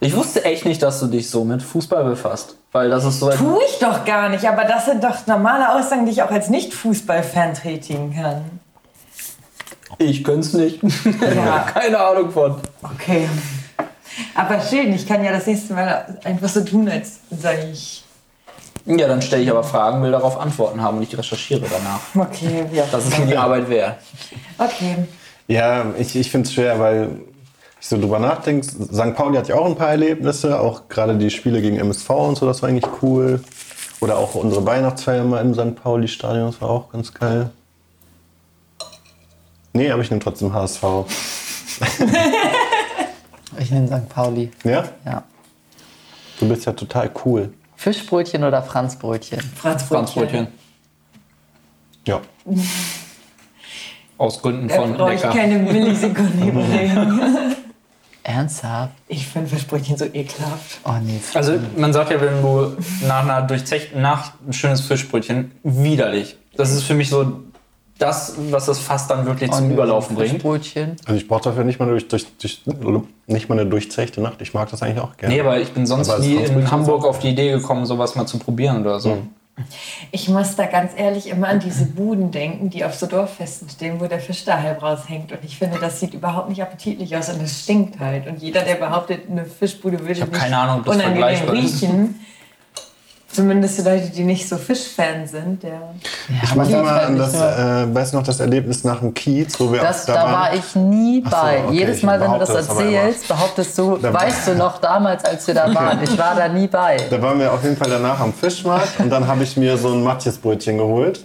Speaker 5: Ich wusste echt nicht, dass du dich so mit Fußball befasst. Weil das ist so ein.
Speaker 4: Tue ich doch gar nicht, aber das sind doch normale Aussagen, die ich auch als Nicht-Fußball-Fan tätigen kann.
Speaker 5: Ich gönn's nicht.
Speaker 4: Ja.
Speaker 5: [LAUGHS] Keine Ahnung von.
Speaker 4: Okay. Aber schön, ich kann ja das nächste Mal einfach so tun, als sei ich.
Speaker 5: Ja, dann stelle ich aber Fragen, will darauf Antworten haben und ich recherchiere danach.
Speaker 4: Okay, ja.
Speaker 5: Das ist mir die Arbeit wert.
Speaker 4: Okay.
Speaker 2: Ja, ich, ich finde es schwer, weil ich so drüber nachdenke. St. Pauli hatte ich auch ein paar Erlebnisse, auch gerade die Spiele gegen MSV und so, das war eigentlich cool. Oder auch unsere Weihnachtsfeier mal im St. Pauli-Stadion, das war auch ganz geil. Nee, aber ich nehme trotzdem HSV.
Speaker 3: Ich nehme St. Pauli.
Speaker 2: Ja?
Speaker 3: Ja.
Speaker 2: Du bist ja total cool.
Speaker 3: Fischbrötchen oder Franzbrötchen?
Speaker 4: Franz Brötchen.
Speaker 5: Franzbrötchen.
Speaker 2: Ja.
Speaker 5: Aus Gründen
Speaker 4: Da
Speaker 5: von
Speaker 4: brauche ich
Speaker 5: lecker.
Speaker 4: keine
Speaker 5: [LAUGHS]
Speaker 4: Millisekunde überlegen.
Speaker 3: Ernsthaft?
Speaker 4: Ich finde Versprüchen so ekelhaft.
Speaker 3: Oh nee.
Speaker 5: Also man sagt ja, wenn du nach einer durchzechten Nacht ein schönes Fischbrötchen, widerlich. Das ist für mich so das, was das Fass dann wirklich
Speaker 3: Oh,
Speaker 5: zum
Speaker 3: nee,
Speaker 5: Überlaufen bringt.
Speaker 3: Fischbrötchen.
Speaker 2: Also ich brauche dafür nicht mal, eine durch, durch, durch, nicht mal eine durchzechte Nacht. Ich mag das eigentlich auch gerne.
Speaker 5: Nee, aber ich bin sonst
Speaker 2: Aber das
Speaker 5: nie in
Speaker 2: Franzbrötchen
Speaker 5: Hamburg
Speaker 2: so-
Speaker 5: auf die Idee gekommen, sowas mal zu probieren oder so.
Speaker 4: Ich muss da ganz ehrlich immer an diese Buden denken, die auf so Dorffesten stehen, wo der Fisch da halb raushängt. Und ich finde, das sieht überhaupt nicht appetitlich aus und es stinkt halt. Und jeder, der behauptet, eine Fischbude würde
Speaker 5: hab
Speaker 4: nicht
Speaker 5: keine Ahnung, ob das
Speaker 4: unangenehm
Speaker 5: vergleichbar ist.
Speaker 4: riechen, zumindest die Leute, die nicht so Fischfan sind, der
Speaker 2: Ich muss
Speaker 3: das
Speaker 2: immer
Speaker 3: war
Speaker 2: an
Speaker 3: nicht
Speaker 2: das,
Speaker 3: nur-
Speaker 2: äh, weiß noch, das Erlebnis nach dem Kiez, wo wir
Speaker 3: Das,
Speaker 2: auch
Speaker 3: da war ich nie
Speaker 2: Ach so,
Speaker 3: bei.
Speaker 2: okay,
Speaker 3: Jedes
Speaker 2: ich
Speaker 3: Mal, wenn du das
Speaker 2: behaupte das aber immer.
Speaker 3: erzählst, behauptest du,
Speaker 2: Da-
Speaker 3: weißt du noch damals, als wir da waren. Ich war da nie bei.
Speaker 2: Da waren wir auf jeden Fall danach am Fischmarkt und dann habe ich mir so ein Matjesbrötchen geholt.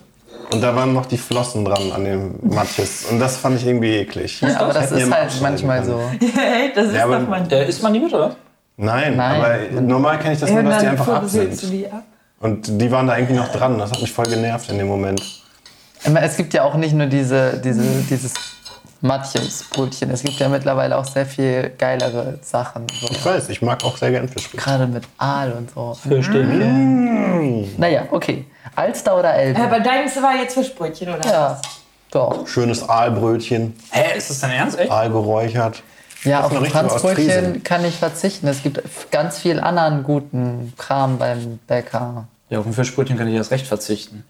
Speaker 2: Und da waren noch die Flossen dran an dem Matjes. Und das fand ich irgendwie eklig.
Speaker 3: Ja, aber das
Speaker 2: Hätten wir
Speaker 3: ist
Speaker 2: mal
Speaker 3: halt
Speaker 2: abschneiden
Speaker 3: manchmal
Speaker 2: können.
Speaker 3: so.
Speaker 4: Hey, das ist
Speaker 2: Ja, aber-
Speaker 4: doch mal
Speaker 5: Äh, isst man die mit, oder?
Speaker 2: Nein,
Speaker 3: Nein.
Speaker 2: aber normal kenne ich das nur, dass die einfach ab
Speaker 4: fokussierst du
Speaker 2: sind.
Speaker 4: die ab.
Speaker 2: Und die waren da irgendwie noch dran. Das hat mich voll genervt in dem Moment.
Speaker 3: Immer, Es gibt ja auch nicht nur diese, diese, dieses Matchesbrötchen. Es gibt ja mittlerweile auch sehr viel geilere Sachen. So.
Speaker 2: Ich weiß, ich mag auch sehr gern Fischbrötchen.
Speaker 3: Gerade mit Aal und so.
Speaker 5: Fischstäbchen.
Speaker 2: Mm.
Speaker 3: Naja, okay. Alster oder Elbe?
Speaker 4: Aber deins war jetzt Fischbrötchen, oder?
Speaker 3: ja, doch.
Speaker 2: Schönes Aalbrötchen,
Speaker 5: Hä, ist das dein Ernst? Echt?
Speaker 2: Aal geräuchert.
Speaker 3: Ja,
Speaker 2: Das ist
Speaker 3: auf
Speaker 2: eine richtige Ostfriesin.
Speaker 3: Franzbrötchen kann ich verzichten. Es gibt f- ganz viel anderen guten Kram beim Bäcker.
Speaker 5: Ja, auf ein Fischbrötchen kann ich erst recht verzichten.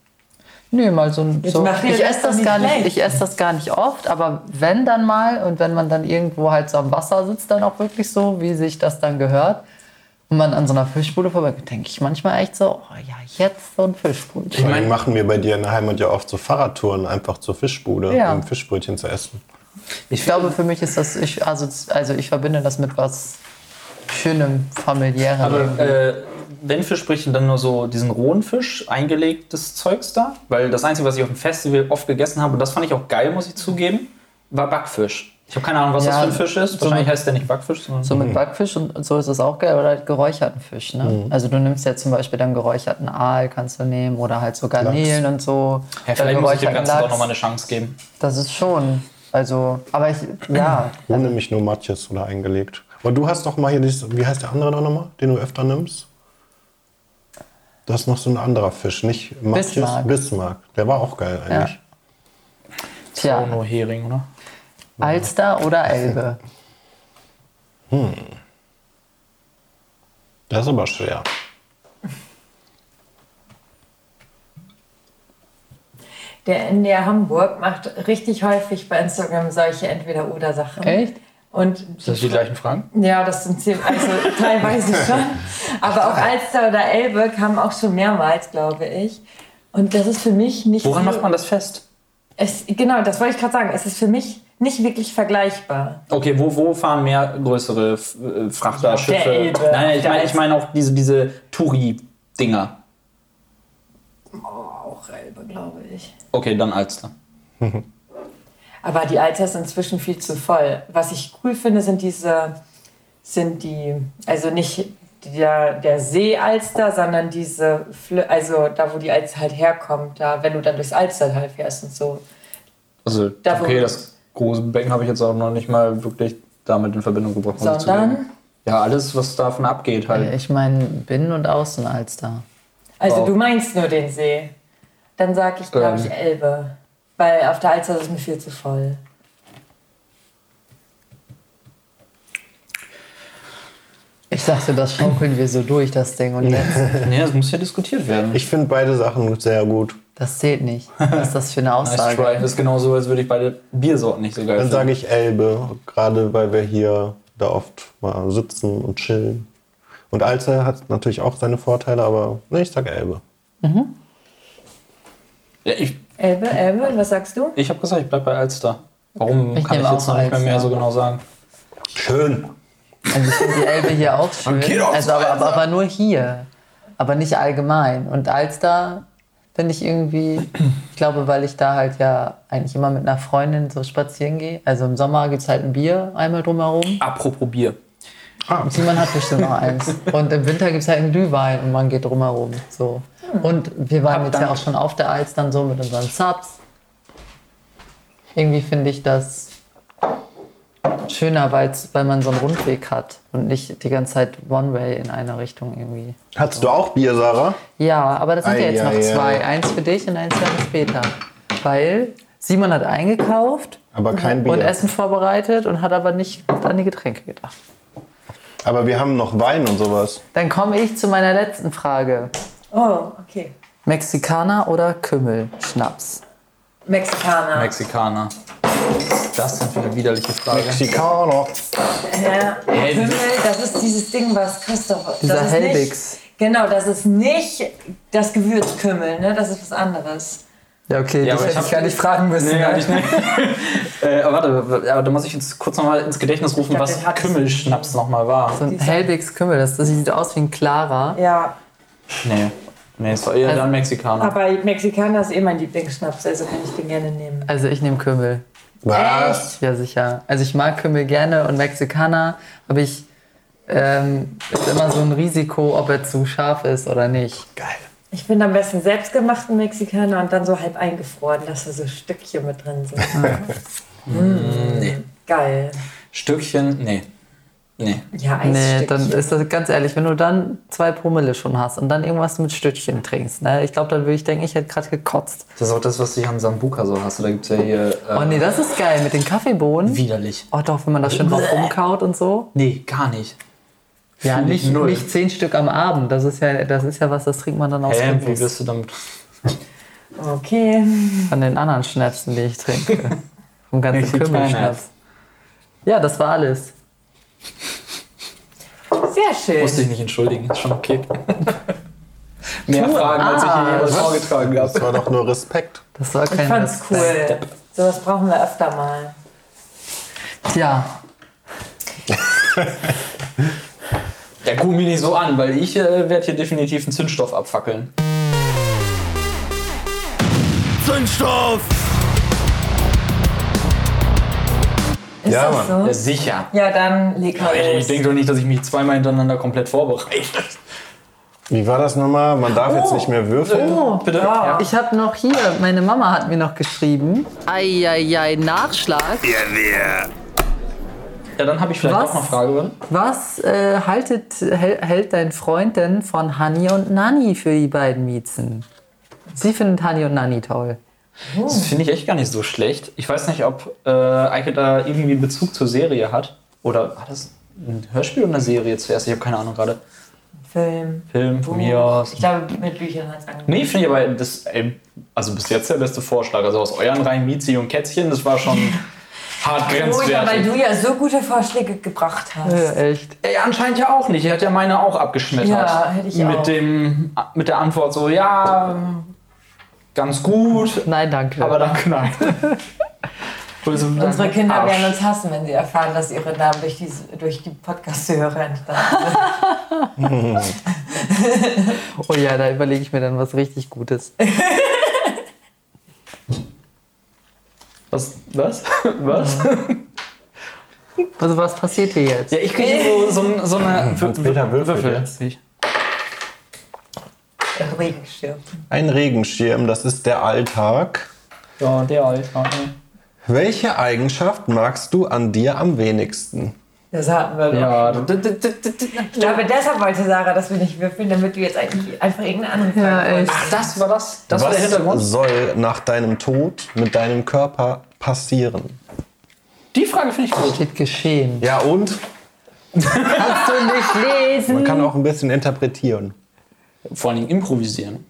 Speaker 3: Nö, mal so ein. So.
Speaker 4: macht ihr
Speaker 3: Ich
Speaker 4: das
Speaker 3: esse
Speaker 4: doch
Speaker 3: das
Speaker 4: nicht
Speaker 3: gar nicht.
Speaker 4: schlecht.
Speaker 3: Ich esse das gar nicht oft, aber wenn dann mal und wenn man dann irgendwo halt so am Wasser sitzt, dann auch wirklich so, wie sich das dann gehört. Und man an so einer Fischbude vorbeigeht, denke ich manchmal echt so, oh ja, jetzt so ein Fischbrötchen.
Speaker 2: Ich meine, machen wir bei dir in der Heimat ja oft so Fahrradtouren einfach zur Fischbude,
Speaker 3: Ja.
Speaker 2: um Fischbrötchen zu essen.
Speaker 3: Ich glaube, für mich ist das, ich, also, also ich verbinde das mit was Schönem, familiärem.
Speaker 5: Aber äh, wenn Fischbrötchen, dann nur so diesen rohen Fisch, eingelegtes Zeugs da. Weil das Einzige, was ich auf dem Festival oft gegessen habe, und das fand ich auch geil, muss ich zugeben, war Backfisch. Ich habe keine Ahnung, was das
Speaker 3: Ja,
Speaker 5: für ein Fisch ist.
Speaker 3: so
Speaker 5: Wahrscheinlich
Speaker 3: mit-
Speaker 5: heißt der nicht Backfisch, sondern
Speaker 3: So mit Backfisch und und so ist es auch geil oder halt geräucherten Fisch. Ne? Also du nimmst ja zum Beispiel dann geräucherten Aal kannst du nehmen oder halt so Garnelen und so.
Speaker 5: ja,
Speaker 3: dann
Speaker 5: vielleicht muss ich halt dem
Speaker 3: geräucherten
Speaker 5: Ganzen doch
Speaker 3: Lachs.
Speaker 5: nochmal eine Chance geben.
Speaker 3: Das ist schon. Also, aber ich, ja,
Speaker 2: Ohne mich nur Matjes oder eingelegt. Aber du hast doch mal hier dieses, wie heißt der andere da nochmal, den du öfter nimmst? Das ist noch so ein anderer Fisch, nicht Matjes?
Speaker 3: Bismarck.
Speaker 2: Bismarck. Der war auch geil eigentlich.
Speaker 5: Ja.
Speaker 3: tja,
Speaker 5: nur Hering, oder?
Speaker 3: Alster oder Elbe?
Speaker 2: Das ist aber schwer.
Speaker 4: Der NDR Hamburg macht richtig häufig bei Instagram solche Entweder-Oder-Sachen.
Speaker 3: Echt?
Speaker 4: Und
Speaker 5: Sind das die gleichen Fragen?
Speaker 4: ja, das sind ziemlich, also
Speaker 5: [LAUGHS]
Speaker 4: teilweise schon. Aber auch Alster oder Elbe kamen auch schon mehrmals, glaube ich. Und das ist für mich nicht.
Speaker 5: Woran
Speaker 4: so-
Speaker 5: macht man das fest?
Speaker 4: Es, genau, das wollte ich gerade sagen. Es ist für mich nicht wirklich vergleichbar.
Speaker 5: Okay, wo, wo fahren mehr größere F- äh, Frachter, Schiffe?
Speaker 4: Elbe,
Speaker 5: nein, nein,
Speaker 4: auf
Speaker 5: ich
Speaker 4: der
Speaker 5: meine ich mein auch diese, diese Touri-Dinger.
Speaker 4: Auch Elbe, glaube ich.
Speaker 5: Okay, dann Alster.
Speaker 4: Aber die Alster ist inzwischen viel zu voll. Was ich cool finde, sind diese, sind die, also nicht der, der See-Alster, sondern diese, Flö also da, wo die Alster halt herkommt, da, wenn du dann durchs Alstertal fährst und so.
Speaker 5: Also,
Speaker 4: Davon-
Speaker 5: okay, das große Becken habe ich jetzt auch noch nicht mal wirklich damit in Verbindung gebracht. muss ich
Speaker 4: Sondern?
Speaker 5: zugeben. Ja, alles, was davon abgeht halt.
Speaker 3: Ich meine Binnen- und Außenalster.
Speaker 4: Also
Speaker 5: Wow.
Speaker 4: du meinst nur den See. Dann sag ich, glaube ich,
Speaker 5: Ähm.
Speaker 4: Elbe. Weil auf der Alster ist es mir viel zu voll.
Speaker 3: Ich dachte, [LAUGHS] das schaukeln wir so durch, das Ding. Und [LAUGHS] jetzt,
Speaker 5: [LAUGHS] Nee, das muss ja diskutiert werden.
Speaker 2: Ich finde beide Sachen sehr gut.
Speaker 3: das zählt nicht. Was ist das für eine
Speaker 5: nice
Speaker 3: Aussage?
Speaker 5: try. Das ist genauso, als würde ich beide Biersorten nicht so geil
Speaker 2: Dann
Speaker 5: finden.
Speaker 2: sage ich Elbe, gerade weil wir hier da oft mal sitzen und chillen. Und Alster hat natürlich auch seine Vorteile, aber nee, ich sag Elbe.
Speaker 5: Ja, ich
Speaker 4: Elbe, Elbe, was sagst du?
Speaker 5: ich habe gesagt, ich bleibe bei Alster. Warum
Speaker 3: Ich
Speaker 5: kann ich
Speaker 3: nehme auch
Speaker 5: jetzt noch nicht mehr, mehr
Speaker 3: Alster.
Speaker 5: so genau sagen?
Speaker 2: Schön.
Speaker 3: Also ich finde die Elbe hier [LAUGHS] auch schön.
Speaker 5: geht doch
Speaker 3: Also,
Speaker 5: zur
Speaker 3: aber, aber,
Speaker 5: Alster.
Speaker 3: aber nur hier. Aber nicht allgemein. Und Alster finde ich irgendwie, ich glaube, weil ich da halt ja eigentlich immer mit einer Freundin so spazieren gehe. Also im Sommer gibt es halt ein Bier einmal drumherum.
Speaker 5: Apropos Bier.
Speaker 3: Und Simon hat bestimmt noch eins. Und im Winter gibt es halt einen Glühwein und man geht drumherum. So.
Speaker 2: Hm.
Speaker 3: Und wir waren jetzt ja auch schon auf der Alster dann so mit unseren Subs. Irgendwie finde ich das schöner, weil's, weil man so einen Rundweg hat und nicht die ganze Zeit One-Way in eine Richtung irgendwie.
Speaker 2: Hattest du auch Bier, Sarah?
Speaker 3: Ja, aber das sind ja
Speaker 2: Ei,
Speaker 3: jetzt noch
Speaker 2: ei, ei.
Speaker 3: zwei. Eins für dich und eins dann später. Weil Simon hat eingekauft
Speaker 2: Aber kein Bier.
Speaker 3: und Essen vorbereitet und hat aber nicht an die Getränke gedacht.
Speaker 2: Aber wir haben noch Wein und sowas.
Speaker 3: Dann komme ich zu meiner letzten Frage.
Speaker 4: Oh, okay.
Speaker 3: Mexikaner oder Kümmel-Schnaps?
Speaker 4: Mexikaner.
Speaker 5: Mexikaner. Das sind wieder widerliche Fragen.
Speaker 2: Mexikaner.
Speaker 4: Ja, Kümmel, das ist dieses Ding, was Christoph.
Speaker 3: Dieser
Speaker 4: das ist
Speaker 3: Helbix.
Speaker 4: Nicht, genau, das ist nicht das Gewürzkümmel, ne? Das ist was anderes.
Speaker 3: Ja, okay,
Speaker 5: Ja, aber ich hab-
Speaker 3: fragen müssen.
Speaker 5: Nee,
Speaker 3: ne?
Speaker 5: hatte ich nicht. [LAUGHS] äh, warte, w- aber da muss ich jetzt kurz nochmal ins Gedächtnis rufen,
Speaker 4: glaub,
Speaker 5: was
Speaker 4: den hattest du
Speaker 5: Kümmelschnaps nochmal war.
Speaker 3: So ein Helbix-Kümmel, das, das sieht aus wie ein Clara.
Speaker 4: Ja,
Speaker 5: Nee. Nee, es war eher
Speaker 3: Also-
Speaker 5: dann Mexikaner.
Speaker 4: aber Mexikaner ist eh mein Lieblingsschnaps, also kann ich den gerne nehmen.
Speaker 3: Also ich nehme Kümmel.
Speaker 2: Was?
Speaker 3: Ja, sicher. Also ich mag Kümmel gerne und Mexikaner habe ich ähm, ist immer so ein Risiko, ob er zu scharf ist oder nicht.
Speaker 2: Geil.
Speaker 4: Ich finde am besten selbstgemachten Mexikaner und dann so halb eingefroren, dass da so Stückchen mit drin sind.
Speaker 3: Ah.
Speaker 4: Mhm.
Speaker 5: Mm, Nee.
Speaker 4: Geil.
Speaker 5: Stückchen, nee. Nee.
Speaker 4: Ja, Eisstückchen.
Speaker 3: Nee, dann ist das ganz ehrlich, wenn du dann zwei Promille schon hast und dann irgendwas mit Stückchen trinkst, ne? ich glaube, dann würde ich denken, ich hätte gerade gekotzt.
Speaker 5: Das ist auch das, was du hier an Sambuka so hast. Da gibt's ja hier. Äh,
Speaker 3: Oh nee, das ist geil mit den Kaffeebohnen.
Speaker 5: Widerlich.
Speaker 3: Oh doch, wenn man das schön
Speaker 5: [LAUGHS]
Speaker 3: drauf rumkaut und so.
Speaker 5: Nee, gar nicht.
Speaker 3: Ja,
Speaker 5: Finde ich
Speaker 3: nicht,
Speaker 5: null.
Speaker 3: nicht zehn Stück am Abend. Das ist ja, das ist ja was, das trinkt man dann aus
Speaker 5: Hä, wie
Speaker 3: Rhythmus.
Speaker 5: bist du damit?
Speaker 4: Okay.
Speaker 3: von den anderen Schnäpsen, die ich
Speaker 5: [LAUGHS]
Speaker 3: trinke. Vom ganzen
Speaker 5: Ich trinke keinen.
Speaker 3: Kümmelschnaps. Ja, das war alles.
Speaker 4: Sehr
Speaker 5: Musste
Speaker 4: schön.
Speaker 5: ich nicht entschuldigen, ist
Speaker 3: [LAUGHS]
Speaker 5: schon okay. Mehr Fragen, als ich
Speaker 3: ah,
Speaker 5: hier jemals vorgetragen
Speaker 2: Das
Speaker 3: [LAUGHS]
Speaker 5: habe.
Speaker 2: war doch nur Respekt.
Speaker 3: Das war
Speaker 4: Ich
Speaker 3: kein
Speaker 4: fand's cool. Sowas brauchen wir öfter mal.
Speaker 3: Tja,
Speaker 5: Ja, guck mich nicht so an, weil ich äh, werde hier definitiv einen Zündstoff abfackeln.
Speaker 1: Zündstoff!
Speaker 4: Ist
Speaker 2: Ja,
Speaker 4: das
Speaker 2: Mann.
Speaker 5: Ja,
Speaker 4: so?
Speaker 5: sicher.
Speaker 4: Ja, dann leg mal
Speaker 5: Ich,
Speaker 4: los.
Speaker 5: ich denke doch nicht, dass ich mich zweimal hintereinander komplett vorbereite.
Speaker 2: Wie war das nochmal? Man darf jetzt nicht mehr würfeln.
Speaker 5: Oh, bitte? Ja.
Speaker 3: Ich habe noch hier, meine Mama hat mir noch geschrieben. Eieiei, Nachschlag.
Speaker 5: ja, dann habe ich vielleicht
Speaker 3: Was?
Speaker 5: auch noch eine Frage. Oder?
Speaker 3: Was äh, haltet, hält, hält dein Freund denn von Hani und Nani für die beiden Miezen? Sie findet Hani und Nani toll.
Speaker 5: Das finde ich echt gar nicht so schlecht. Ich weiß nicht, ob äh, Eike da irgendwie einen Bezug zur Serie hat. Oder war das ein Hörspiel oder eine Serie zuerst? Ich habe keine Ahnung gerade.
Speaker 4: Film.
Speaker 5: Film von
Speaker 4: Oh.
Speaker 5: mir aus.
Speaker 4: Ich glaube, mit Büchern hat es angefangen.
Speaker 5: Nee, finde ich aber das, ey, also bis jetzt der beste Vorschlag. Also aus euren Reihen Miezi und Kätzchen, das war schon hart
Speaker 4: Monika, weil
Speaker 5: grenzwertig.
Speaker 4: du ja so gute Vorschläge gebracht hast.
Speaker 3: Ja, echt.
Speaker 5: Ey, anscheinend ja auch nicht. Er hat ja meine auch abgeschmettert.
Speaker 4: Ja, hätte ich
Speaker 5: mit
Speaker 4: auch.
Speaker 5: Dem, mit der Antwort so, ja, ganz gut,
Speaker 3: Nein, danke.
Speaker 5: aber danke,
Speaker 4: [LAUGHS]
Speaker 5: nein.
Speaker 4: Unsere Kinder werden uns hassen, wenn sie erfahren, dass ihre Namen durch die, durch die Podcast-Hörer entstanden sind.
Speaker 3: oh ja, da überlege ich mir dann was richtig Gutes.
Speaker 5: Was? Was? [LAUGHS] Was?
Speaker 3: Also was passiert hier jetzt?
Speaker 5: Ja, ich kriege so, so, so
Speaker 4: [LAUGHS]
Speaker 5: eine
Speaker 2: Hans-Peter würfelt
Speaker 4: Regenschirm.
Speaker 2: Ein Regenschirm, das ist der Alltag.
Speaker 5: Ja, der Alter.
Speaker 2: Welche Eigenschaft magst du an dir am wenigsten?
Speaker 4: Das hatten wir doch.
Speaker 5: Ja, d- d- d- d- d-
Speaker 4: Ich glaube, deshalb wollte Sarah, dass wir nicht würfeln, damit du jetzt eigentlich einfach irgendeine andere Frage
Speaker 3: Ja, echt.
Speaker 4: vorlegst.
Speaker 5: das war das. Das war der
Speaker 2: Was
Speaker 5: Hintergrund.
Speaker 2: soll nach deinem Tod mit deinem Körper passieren?
Speaker 5: Die Frage finde ich gut.
Speaker 3: Steht geschehen.
Speaker 2: Ja, und?
Speaker 3: Kannst du nicht lesen?
Speaker 2: Man kann auch ein bisschen interpretieren.
Speaker 5: Vor allem improvisieren.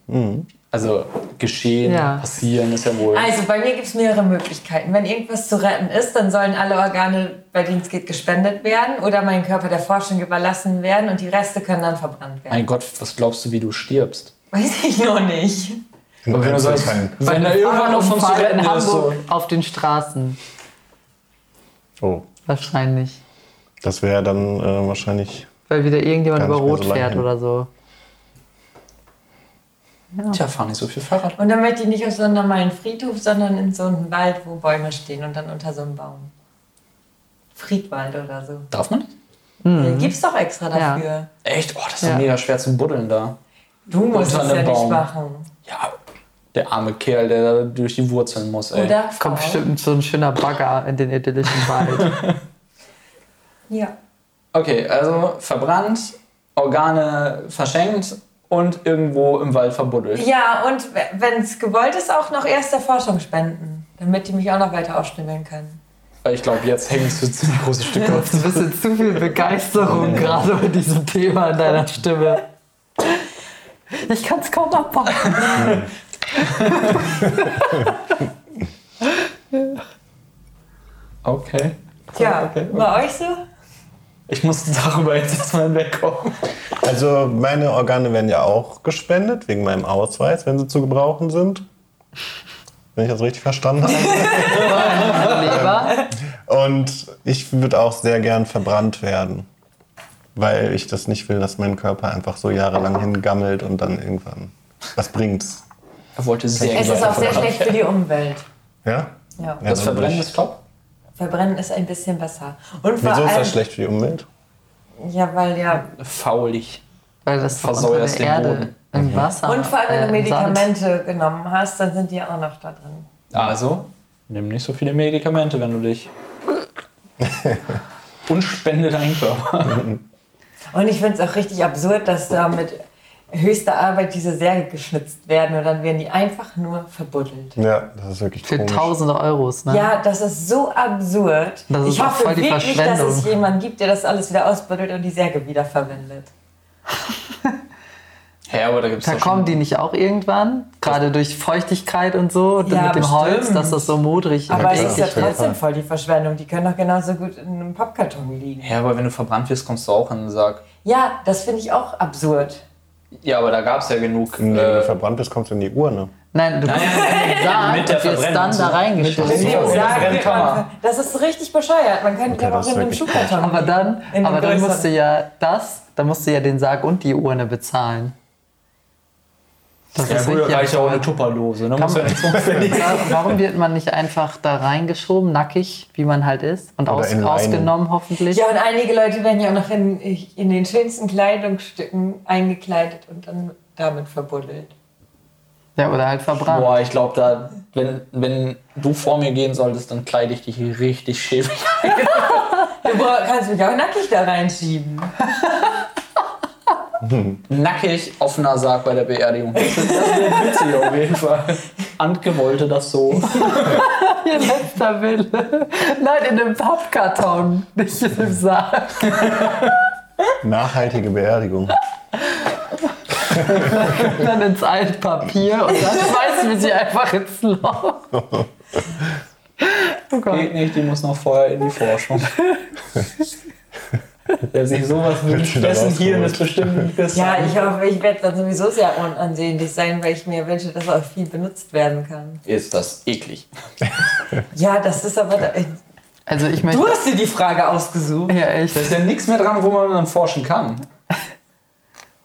Speaker 5: Also geschehen,
Speaker 3: Ja.
Speaker 5: passieren ist ja wohl.
Speaker 4: Also bei mir gibt es mehrere Möglichkeiten. Wenn irgendwas zu retten ist, dann sollen alle Organe, bei denen es geht, gespendet werden oder mein Körper der Forschung überlassen werden und die Reste können dann verbrannt werden.
Speaker 5: Mein Gott, was glaubst du, wie du stirbst?
Speaker 4: Weiß ich noch nicht.
Speaker 5: Aber wenn, du sagst, wenn da irgendwann noch von zu
Speaker 3: Fahrradunfall
Speaker 5: retten
Speaker 3: in
Speaker 5: ist, so.
Speaker 3: Hamburg auf den Straßen.
Speaker 2: Oh,
Speaker 3: Wahrscheinlich.
Speaker 2: das wäre dann äh, wahrscheinlich.
Speaker 3: Weil wieder irgendjemand
Speaker 2: Gar
Speaker 3: über
Speaker 2: nicht mehr
Speaker 3: Rot
Speaker 2: so lang
Speaker 3: fährt
Speaker 2: hin.
Speaker 3: oder so.
Speaker 5: Tja, fahr nicht so viel Fahrrad.
Speaker 4: Und dann möchte ich nicht auf so einen normalen Friedhof, sondern in so einen Wald, wo Bäume stehen und dann unter so einem Baum. Friedwald oder so.
Speaker 5: Darf man?
Speaker 4: Den Gibt's doch extra
Speaker 3: Ja.
Speaker 4: dafür.
Speaker 5: Echt? Oh, das ist
Speaker 3: Ja.
Speaker 5: mega schwer zu buddeln da.
Speaker 4: Du musst
Speaker 5: Unter
Speaker 4: es
Speaker 5: einem
Speaker 4: ja
Speaker 5: Baum.
Speaker 4: nicht machen.
Speaker 5: Ja, der arme Kerl, der da durch die Wurzeln muss, ey.
Speaker 4: Oder? Frau?
Speaker 3: Kommt bestimmt so ein schöner Bagger in den idyllischen Wald.
Speaker 4: Ja.
Speaker 5: Okay, also verbrannt, Organe verschenkt und irgendwo im Wald verbuddelt.
Speaker 4: Ja, und wenn es gewollt ist, auch noch erst der Forschung spenden, damit die mich auch noch weiter aufschnibbeln können.
Speaker 5: Weil Ich glaube, jetzt hängen es für ziemlich große
Speaker 4: [LAUGHS]
Speaker 5: Stücke.
Speaker 3: Das ist ein bisschen zu viel Begeisterung gerade bei diesem Thema in deiner Stimme. Ich kann es kaum abwarten.
Speaker 5: Okay.
Speaker 4: Tja, bei euch so?
Speaker 5: Ich muss darüber jetzt erstmal hinwegkommen.
Speaker 2: Also, meine Organe werden ja auch gespendet, wegen meinem Ausweis, wenn sie zu gebrauchen sind. Wenn ich das richtig verstanden habe.
Speaker 3: Leber.
Speaker 2: Und ich würde auch sehr gern verbrannt werden. Weil ich das nicht will, dass mein Körper einfach so jahrelang hingammelt und dann irgendwann. Was bringt's?
Speaker 5: Er wollte sehr
Speaker 4: Es ist auch sehr schlecht für die Umwelt.
Speaker 2: Ja?
Speaker 4: Ja.
Speaker 2: Ja,
Speaker 5: Das
Speaker 2: dann
Speaker 5: Verbrennen
Speaker 2: würd
Speaker 5: ist top.
Speaker 4: Verbrennen ist ein bisschen besser. Und
Speaker 2: ich-
Speaker 4: vor
Speaker 2: Wieso ist
Speaker 4: allem,
Speaker 2: das schlecht für die Umwelt?
Speaker 4: Ja, weil ja.
Speaker 5: Faulig.
Speaker 3: Weil das doch unter
Speaker 5: Versäuerst
Speaker 3: der
Speaker 5: den
Speaker 3: Erde
Speaker 5: Boden.
Speaker 3: im Wasser.
Speaker 4: Und vor allem, wenn du
Speaker 3: äh, im Sand.
Speaker 4: Medikamente genommen hast, dann sind die auch noch da drin.
Speaker 5: Also, nimm nicht so viele Medikamente, wenn du [LAUGHS] dich. Und spende deinen Körper.
Speaker 4: Und ich finde es auch richtig absurd, dass da mit höchster Arbeit diese Särge geschnitzt werden und dann werden die einfach nur verbuddelt.
Speaker 2: Ja, das ist wirklich
Speaker 3: Für
Speaker 2: komisch.
Speaker 3: tausende Euros, ne?
Speaker 4: Ja, das ist so absurd.
Speaker 3: Das ist
Speaker 4: ich
Speaker 3: auch
Speaker 4: hoffe
Speaker 3: voll die
Speaker 4: wirklich, dass
Speaker 3: Verschwendung.
Speaker 4: es jemanden gibt, der das alles wieder ausbuddelt und die Särge wieder verwendet.
Speaker 5: Hä, aber da gibt's
Speaker 3: Da
Speaker 5: doch schon-
Speaker 3: kommen die nicht auch irgendwann? Gerade durch Feuchtigkeit und so,
Speaker 4: Ja,
Speaker 3: mit dem
Speaker 4: bestimmt.
Speaker 3: Holz, dass das so modrig
Speaker 4: Aber es
Speaker 2: klar.
Speaker 4: ist ja
Speaker 2: Auf jeden
Speaker 4: trotzdem
Speaker 2: Fall.
Speaker 4: voll die Verschwendung. Die können doch genauso gut in einem Pappkarton liegen.
Speaker 5: Ja, aber wenn du verbrannt wirst, kommst du auch in den Sarg.
Speaker 4: Ja, das finde ich auch absurd.
Speaker 5: Ja, aber da gab es ja genug.
Speaker 2: Nee, wenn
Speaker 5: äh,
Speaker 2: du verbrannt bist, kommst du in die ne? Urne.
Speaker 3: Nein, du kommst in den
Speaker 5: mit
Speaker 3: Sarg
Speaker 5: der
Speaker 3: und wirst
Speaker 5: Verbrennung
Speaker 3: dann
Speaker 5: zu-
Speaker 3: da
Speaker 5: mit
Speaker 3: reingeschmissen.
Speaker 5: der-
Speaker 4: Deswegen sagen wir
Speaker 5: Brennkammer.
Speaker 4: einfach, das ist richtig bescheuert. Man könnte doch auch
Speaker 2: das ist
Speaker 4: in einem
Speaker 2: wirklich
Speaker 4: Schuhkarton
Speaker 3: Aber
Speaker 4: liegen.
Speaker 3: dann,
Speaker 4: In einem
Speaker 3: aber dann
Speaker 4: größeren.
Speaker 3: musst du ja das, dann musst du ja den Sarg und die Urne bezahlen. Das
Speaker 5: Ja,
Speaker 3: ist
Speaker 5: gut,
Speaker 3: richtig.
Speaker 5: reicht ja auch eine
Speaker 3: aber-
Speaker 5: Tupperlose. Ne?
Speaker 3: Kann
Speaker 5: Muss ja nicht so aufwendig sein.
Speaker 3: [LAUGHS] Warum wird man nicht einfach da reingeschoben, nackig, wie man halt ist? Und
Speaker 2: Oder
Speaker 3: aus,
Speaker 2: in Leinen.
Speaker 3: ausgenommen hoffentlich?
Speaker 4: Ja, und einige Leute werden ja auch noch in, in den schönsten Kleidungsstücken eingekleidet und dann damit verbuddelt.
Speaker 3: Ja, oder halt verbrannt.
Speaker 5: Boah, ich glaube, da, wenn, wenn du vor mir gehen solltest, dann kleide ich dich richtig schäbig.
Speaker 4: Du bra- kannst mich auch nackig da reinschieben.
Speaker 5: Nackig, offener Sarg bei der Beerdigung. Das wäre witzig auf jeden Fall. Antke wollte das so.
Speaker 3: [LAUGHS] Ihr letzter Wille. Nein, in einem Pappkarton, nicht in einem Saal.
Speaker 2: Nachhaltige Beerdigung.
Speaker 3: Dann ins Altpapier und dann schmeißen wir sie einfach ins Loch. Oh Gott.
Speaker 5: [LAUGHS] Geht nicht, die muss noch vorher in die Forschung. [LAUGHS] Wer sich sowas wünscht,
Speaker 2: wieder
Speaker 5: dessen hier
Speaker 2: rausgeholt.
Speaker 5: ist bestimmt das
Speaker 4: Ja, ich hoffe, ich werde dann sowieso sehr unansehnlich sein, weil ich mir wünsche, dass auch viel benutzt werden kann.
Speaker 5: Ist das eklig.
Speaker 4: Ja, das ist aber. Da, äh,
Speaker 3: Also ich möchte.
Speaker 4: du hast dir die Frage ausgesucht.
Speaker 3: Ja, echt.
Speaker 5: Da ist ja nichts mehr dran, wo man dann forschen
Speaker 4: [LAUGHS]
Speaker 5: kann.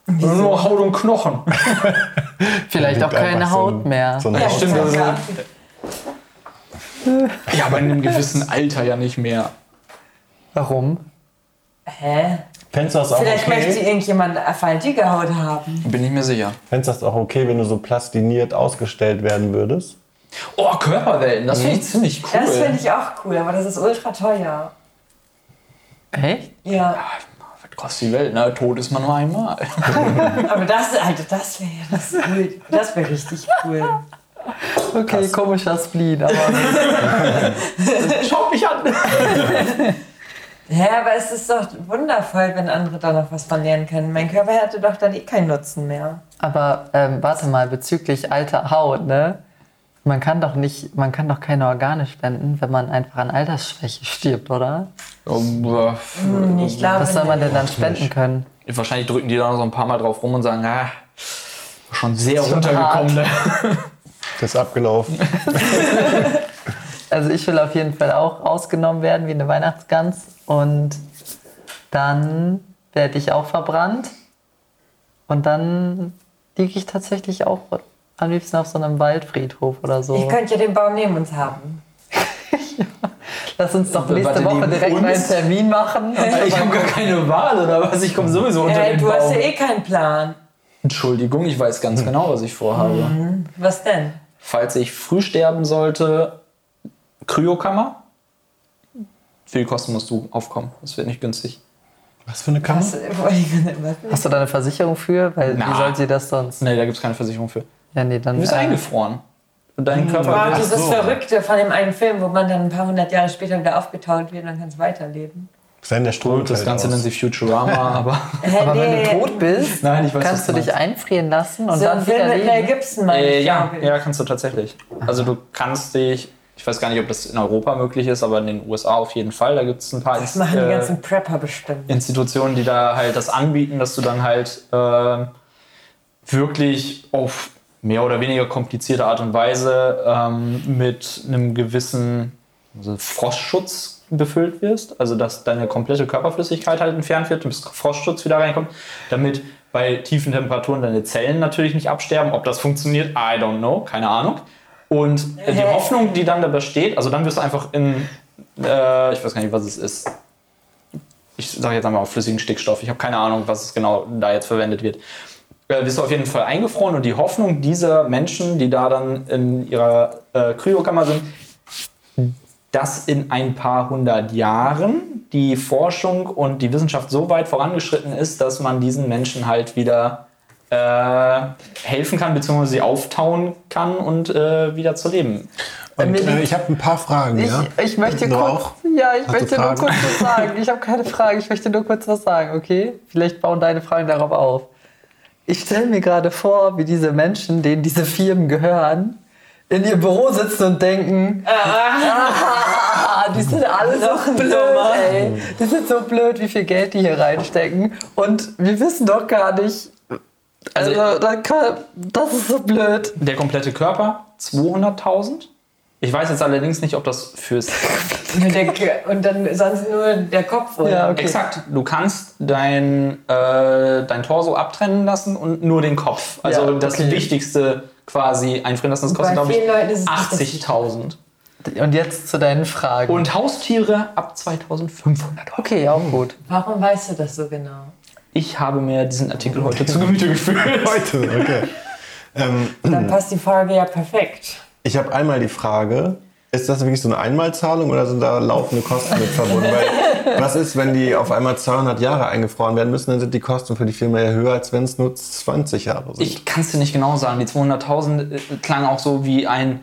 Speaker 5: Nur Haut und Knochen.
Speaker 3: Vielleicht auch
Speaker 2: Gibt einfach
Speaker 3: keine
Speaker 2: so ein-
Speaker 3: Haut mehr.
Speaker 2: So ein
Speaker 4: Ja,
Speaker 5: stimmt, das ist-
Speaker 4: ja.
Speaker 5: Ja, aber in einem gewissen Alter ja nicht mehr.
Speaker 3: Warum?
Speaker 4: Hä?
Speaker 2: Fändest du das auch
Speaker 4: Vielleicht möchte
Speaker 2: okay?
Speaker 4: irgendjemand eine faltige Haut haben.
Speaker 5: Bin ich mir sicher.
Speaker 2: Fändest du das auch okay, wenn du so plastiniert ausgestellt werden würdest?
Speaker 5: Oh, Körperwellen, das finde ich ziemlich cool.
Speaker 4: Das finde ich auch cool, aber das ist ultra teuer.
Speaker 3: Echt?
Speaker 4: Ja,
Speaker 5: Ah, Was kostet die Welt? Na, tot ist man nur einmal.
Speaker 4: aber das, Alter, das wäre ja das cool. Das wäre richtig cool.
Speaker 3: Okay, komischer Spleen, aber
Speaker 5: Schaut mich an.
Speaker 4: Ja, aber es ist doch wundervoll, wenn andere da noch was von lernen können. Mein Körper hätte doch dann eh keinen Nutzen mehr.
Speaker 3: Aber ähm, warte mal, bezüglich alter Haut, ne? Man kann doch nicht, man kann doch keine Organe spenden, wenn man einfach an Altersschwäche stirbt, oder?
Speaker 5: Oh,
Speaker 4: Hm, Ich glaube
Speaker 3: Was soll man
Speaker 4: nicht.
Speaker 3: denn dann spenden können?
Speaker 5: Wahrscheinlich drücken die da noch so ein paar Mal drauf rum und sagen, ah, schon sehr
Speaker 3: schon
Speaker 5: runtergekommen. Ne?
Speaker 2: Das ist abgelaufen.
Speaker 3: Also ich will auf jeden Fall auch ausgenommen werden wie eine Weihnachtsgans und dann werde ich auch verbrannt und dann liege ich tatsächlich auch am liebsten auf so einem Waldfriedhof oder
Speaker 4: Ich
Speaker 3: so.
Speaker 4: könnte ja den Baum neben uns haben.
Speaker 3: Lass uns doch nächste
Speaker 5: Warte,
Speaker 3: Woche
Speaker 5: neben
Speaker 3: direkt mal einen
Speaker 5: uns?
Speaker 3: Termin machen. Und
Speaker 5: [LAUGHS] Ich habe gar keine Wahl oder was? Ich komme sowieso unter
Speaker 4: Hey,
Speaker 5: den
Speaker 4: Äh, du
Speaker 5: Baum.
Speaker 4: hast ja eh keinen Plan.
Speaker 5: Entschuldigung, ich weiß ganz genau, was ich vorhabe.
Speaker 4: Was denn?
Speaker 5: Falls ich früh sterben sollte, Kryokammer. Für die Kosten musst du aufkommen. Das wird nicht günstig.
Speaker 2: Was für eine Kammer?
Speaker 4: Was, was
Speaker 3: Hast du da eine Versicherung für? Weil wie
Speaker 5: Na.
Speaker 3: soll sie das sonst?
Speaker 5: Nee, da gibt es keine Versicherung für.
Speaker 3: Ja, nee, dann.
Speaker 5: Du bist
Speaker 3: äh,
Speaker 5: eingefroren. Und dein Körper
Speaker 4: Wow,
Speaker 5: wird-
Speaker 4: Hm, das ist
Speaker 2: so.
Speaker 4: Verrückte von dem einen Film, wo man dann ein paar hundert Jahre später wieder aufgetaut wird und dann kann es weiterleben.
Speaker 2: Sein der Strom
Speaker 5: Gut, das
Speaker 2: fällt
Speaker 5: Ganze
Speaker 2: aus.
Speaker 5: nennt sich
Speaker 4: [LAUGHS]
Speaker 5: Futurama, aber.
Speaker 4: Hä,
Speaker 3: Aber wenn
Speaker 4: nee.
Speaker 3: du tot bist,
Speaker 5: Nein, ich weiß
Speaker 3: kannst du
Speaker 5: was
Speaker 3: dich
Speaker 5: meinst.
Speaker 3: einfrieren lassen und
Speaker 4: so ein
Speaker 3: dann
Speaker 4: Film
Speaker 3: wieder
Speaker 4: mit Mel
Speaker 3: leben. ne?
Speaker 4: Gibson, meine
Speaker 5: Äh,
Speaker 4: ich,
Speaker 5: ja,
Speaker 4: glaube ich.
Speaker 5: ja, kannst du tatsächlich. Also du kannst dich, ich weiß gar nicht, ob das in Europa möglich ist, aber in den USA auf jeden Fall. Da gibt es ein paar
Speaker 4: Das machen die
Speaker 5: äh,
Speaker 4: ganzen Prepper bestimmt.
Speaker 5: Institutionen, die da halt das anbieten, dass du dann halt ähm, wirklich auf mehr oder weniger komplizierte Art und Weise ähm, mit einem gewissen also Frostschutz befüllt wirst, also dass deine komplette Körperflüssigkeit halt entfernt wird, bis Frostschutz wieder reinkommt, damit bei tiefen Temperaturen deine Zellen natürlich nicht absterben. Ob das funktioniert, I don't know, keine Ahnung. Und äh, die
Speaker 4: Hä?
Speaker 5: Hoffnung, die dann da besteht, also dann wirst du einfach in, äh, ich weiß gar nicht, was es ist, ich sage jetzt einmal auf flüssigen Stickstoff, ich habe keine Ahnung, was es genau da jetzt verwendet wird, äh, bist du auf jeden Fall eingefroren und die Hoffnung dieser Menschen, die da dann in ihrer äh, Kryokammer sind, dass in ein paar hundert Jahren die Forschung und die Wissenschaft so weit vorangeschritten ist, dass man diesen Menschen halt wieder äh, helfen kann, beziehungsweise sie auftauen kann und äh, wieder zu leben.
Speaker 2: Und, äh, ich habe ein paar Fragen.
Speaker 3: Ich,
Speaker 2: ja?
Speaker 3: ich möchte
Speaker 2: Du
Speaker 3: kurz,
Speaker 2: auch?
Speaker 3: ja, ich
Speaker 2: Hast du
Speaker 3: möchte nur
Speaker 2: Fragen?
Speaker 3: kurz was sagen. Ich habe keine Frage, ich möchte nur kurz was sagen, okay? Vielleicht bauen deine Fragen darauf auf. Ich stelle mir gerade vor, wie diese Menschen, denen diese Firmen gehören, in ihrem Büro sitzen und denken, ah, die sind alle so blöd,
Speaker 4: Nummer.
Speaker 3: ey. Die sind so blöd, wie viel Geld die hier reinstecken. Und wir wissen doch gar nicht, also,
Speaker 5: Also-
Speaker 3: da kann, das ist so blöd.
Speaker 5: Der komplette Körper 200.000 Ich weiß jetzt allerdings nicht, ob das fürs.
Speaker 4: Decke und dann sonst nur der Kopf. Und
Speaker 3: Ja, okay.
Speaker 5: Exakt. Du kannst dein, äh, dein Torso abtrennen lassen und nur den Kopf. Also
Speaker 3: Ja,
Speaker 5: das
Speaker 3: okay.
Speaker 5: Wichtigste quasi einfrieren lassen. Das kostet,
Speaker 4: Bei
Speaker 5: glaube ich,
Speaker 4: vielen Leuten ist es nicht das
Speaker 5: 80.000.
Speaker 3: Und jetzt zu deinen Fragen.
Speaker 5: Und Haustiere ab 2500 Euro.
Speaker 3: okay, auch gut.
Speaker 4: Warum weißt du das so genau?
Speaker 5: Ich habe mir diesen Artikel heute zu Gemüte
Speaker 4: [LAUGHS]
Speaker 5: geführt.
Speaker 2: Okay. ähm,
Speaker 3: [CLEARS THROAT]
Speaker 4: Dann passt die Frage ja perfekt.
Speaker 2: ich habe einmal die Frage, ist das wirklich so eine Einmalzahlung oder sind da laufende Kosten mit verbunden? Weil was ist, wenn die auf einmal 200 Jahre eingefroren werden müssen, dann sind die Kosten für die Firma ja höher, als wenn es nur 20 Jahre sind.
Speaker 5: Ich kann es dir nicht genau sagen. Die 200.000 äh, klang auch so wie ein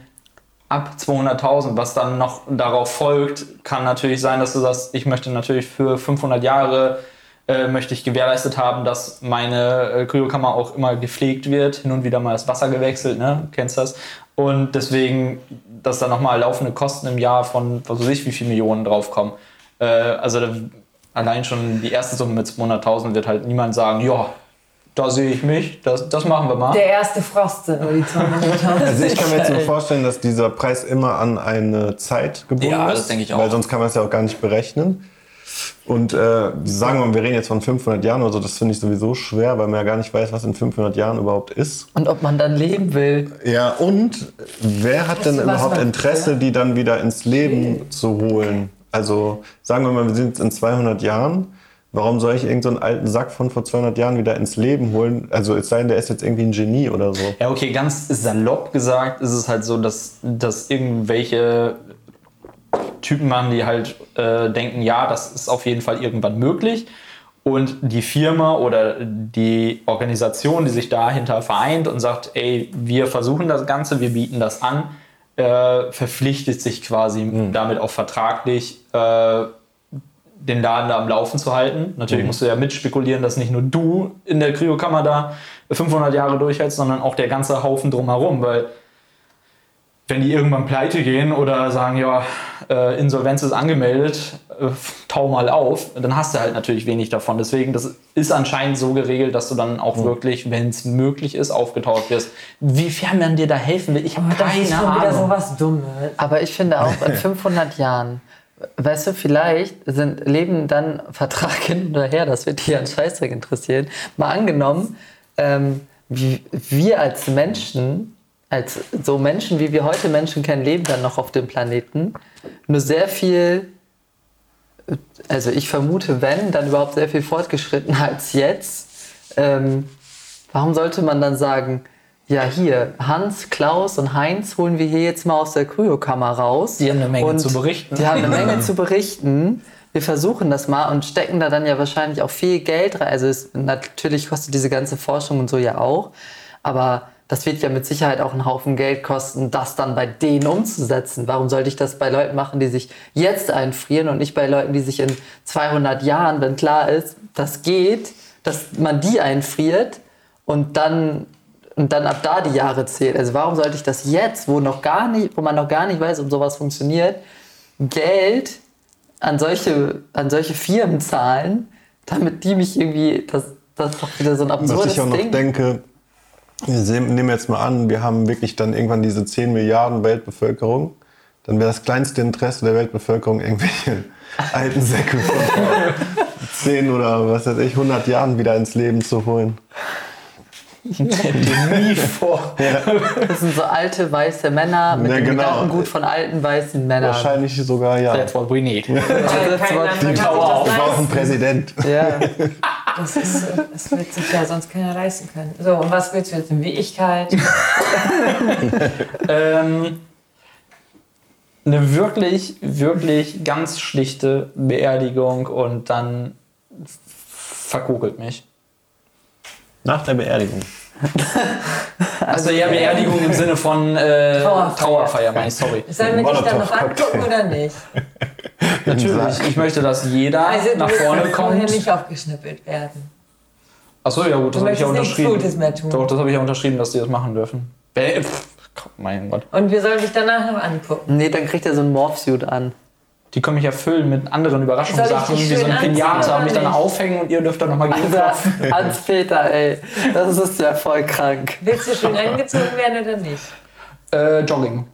Speaker 5: ab 200.000. Was dann noch darauf folgt, kann natürlich sein, dass du sagst, ich möchte natürlich für 500 Jahre äh, möchte ich gewährleistet haben, dass meine äh, Kryokammer auch immer gepflegt wird, hin und wieder mal das Wasser gewechselt, ne? Du kennst das. Und deswegen, dass da nochmal laufende Kosten im Jahr von was weiß ich, wie viel Millionen draufkommen. Äh, also da, allein schon die erste Summe mit 200.000 wird halt niemand sagen, ja, da sehe ich mich, das, das machen wir mal.
Speaker 4: Der erste Frost sind nur die 200.000.
Speaker 2: Also ich kann mir jetzt
Speaker 5: [LAUGHS]
Speaker 2: nur vorstellen, dass dieser Preis immer an eine Zeit gebunden
Speaker 5: Ja,
Speaker 2: ist.
Speaker 5: das denke ich auch.
Speaker 2: Weil sonst kann man es ja auch gar nicht berechnen. Und äh, sagen wir mal, wir reden jetzt von 500 Jahren oder so, das finde ich sowieso schwer, weil man ja gar nicht weiß, was in 500 Jahren überhaupt ist.
Speaker 3: Und ob man dann leben will.
Speaker 2: Ja, und wer hat denn
Speaker 4: du was
Speaker 2: überhaupt
Speaker 4: noch?
Speaker 2: Interesse, die dann wieder ins Leben zu holen? Also sagen wir mal, wir sind jetzt in 200 Jahren. Warum soll ich irgendeinen so einen alten Sack von vor 200 Jahren wieder ins Leben holen? Also es sei denn, der ist jetzt irgendwie ein Genie oder so.
Speaker 5: Ja, okay, ganz salopp gesagt ist es halt so, dass, dass irgendwelche Typen machen, die halt äh, denken, ja, das ist auf jeden Fall irgendwann möglich. Und die Firma oder die Organisation, die sich dahinter vereint und sagt, ey, wir versuchen das Ganze, wir bieten das an, äh, verpflichtet sich quasi damit auch vertraglich äh, den Laden da am Laufen zu halten. Natürlich musst du ja mitspekulieren, dass nicht nur du in der Kryokammer da 500 Jahre durchhältst, sondern auch der ganze Haufen drumherum, weil wenn die irgendwann pleite gehen oder sagen, ja, äh, Insolvenz ist angemeldet, äh, tau mal auf, dann hast du halt natürlich wenig davon. Deswegen, das ist anscheinend so geregelt, dass du dann auch wirklich, wenn es möglich ist, aufgetaucht wirst. Wie fern man dir da helfen will, ich habe
Speaker 4: Aber Oh, das
Speaker 5: keine
Speaker 4: ist schon wieder so
Speaker 5: Ahnung.
Speaker 4: was Dummes.
Speaker 3: Aber ich finde auch in 500 Jahren, weißt du, vielleicht sind, leben dann Vertrag [LAUGHS] hin oder her, das wird dich an Scheißdreck interessieren. Mal angenommen, ähm, wie- wir als Menschen, als so Menschen, wie wir heute Menschen kennen, leben dann noch auf dem Planeten. Nur sehr viel, also ich vermute, wenn, dann überhaupt sehr viel fortgeschrittener als jetzt. Ähm, Warum sollte man dann sagen, ja hier, Hans, Klaus und Heinz holen wir hier jetzt mal aus der Kryokammer raus. Die
Speaker 5: haben eine Menge zu berichten.
Speaker 3: Die haben eine
Speaker 5: [LAUGHS]
Speaker 3: Menge zu berichten. Wir versuchen das mal und stecken da dann ja wahrscheinlich auch viel Geld rein. Also es, natürlich kostet diese ganze Forschung und so ja auch. Aber das wird ja mit Sicherheit auch einen Haufen Geld kosten, das dann bei denen umzusetzen. Warum sollte ich das bei Leuten machen, die sich jetzt einfrieren und nicht bei Leuten, die sich in 200 Jahren, wenn klar ist, das geht, dass man die einfriert und dann und dann ab da die Jahre zählt. Also warum sollte ich das jetzt, wo noch gar nicht, wo man noch gar nicht weiß, ob sowas funktioniert, Geld an solche an solche Firmen zahlen, damit die mich irgendwie das das ist doch wieder so ein
Speaker 2: Was
Speaker 3: absurdes
Speaker 2: ich auch noch
Speaker 3: Ding.
Speaker 2: denke, wir sehen- nehmen jetzt mal an, wir haben wirklich dann irgendwann diese 10 Milliarden Weltbevölkerung. Dann wäre das kleinste Interesse der Weltbevölkerung irgendwelche [LAUGHS] alten Säcke
Speaker 3: [LAUGHS]
Speaker 2: von vor 10 oder was weiß ich, 100 Jahren wieder ins Leben zu holen.
Speaker 5: Nie
Speaker 3: [LAUGHS]
Speaker 5: vor.
Speaker 3: Das sind so alte weiße Männer mit
Speaker 2: Ja,
Speaker 3: dem
Speaker 2: genau.
Speaker 3: Gedankengut von alten weißen Männern.
Speaker 2: Wahrscheinlich sogar ja.
Speaker 5: That's what we need.
Speaker 4: Weil
Speaker 3: das
Speaker 4: kein
Speaker 3: war
Speaker 4: anderer
Speaker 2: Wir
Speaker 3: die
Speaker 5: Power
Speaker 4: kann sich das
Speaker 2: brauchen einen
Speaker 4: leisten.
Speaker 2: Präsident.
Speaker 3: Ja.
Speaker 4: Das, ist, das wird sich ja sonst keiner leisten können. So, und was willst du jetzt
Speaker 5: [LAUGHS]
Speaker 4: in Wirklichkeit?
Speaker 5: Ähm, eine wirklich, wirklich ganz schlichte Beerdigung und dann f- verkugelt mich.
Speaker 2: Nach der Beerdigung.
Speaker 5: Also ja, Beerdigung im Sinne von äh,
Speaker 4: Trauerfeier.
Speaker 5: Trauerfeier, meine ich, sorry.
Speaker 4: Sollen wir dich dann noch angucken oder nicht?
Speaker 5: Natürlich, ich möchte, dass jeder
Speaker 4: Also, du
Speaker 5: nach
Speaker 4: willst
Speaker 5: vorne
Speaker 4: jetzt vorher
Speaker 5: kommt.
Speaker 4: nicht aufgeschnippelt werden.
Speaker 5: Achso, ja gut, das
Speaker 4: Du
Speaker 5: habe ich ja
Speaker 4: möchtest nichts Gutes
Speaker 5: unterschrieben.
Speaker 4: mehr tun.
Speaker 5: Doch, das habe ich ja unterschrieben, dass die das machen dürfen. Bäh, pff, komm, mein Gott.
Speaker 4: Und wir sollen dich danach noch angucken.
Speaker 3: Nee, dann kriegt er so einen Morphsuit an.
Speaker 5: Die können mich ja füllen mit anderen Überraschungssachen,
Speaker 4: dich
Speaker 5: wie so
Speaker 4: schön
Speaker 5: eine
Speaker 4: anziehen
Speaker 5: Pinata,
Speaker 4: oder
Speaker 5: mich dann
Speaker 4: nicht? Also,
Speaker 5: aufhängen und ihr dürft dann nochmal gegen
Speaker 3: Dieser Hans-Peter, ey, das ist ja voll krank.
Speaker 4: Willst du schon angezogen werden oder nicht?
Speaker 5: äh, Jogging.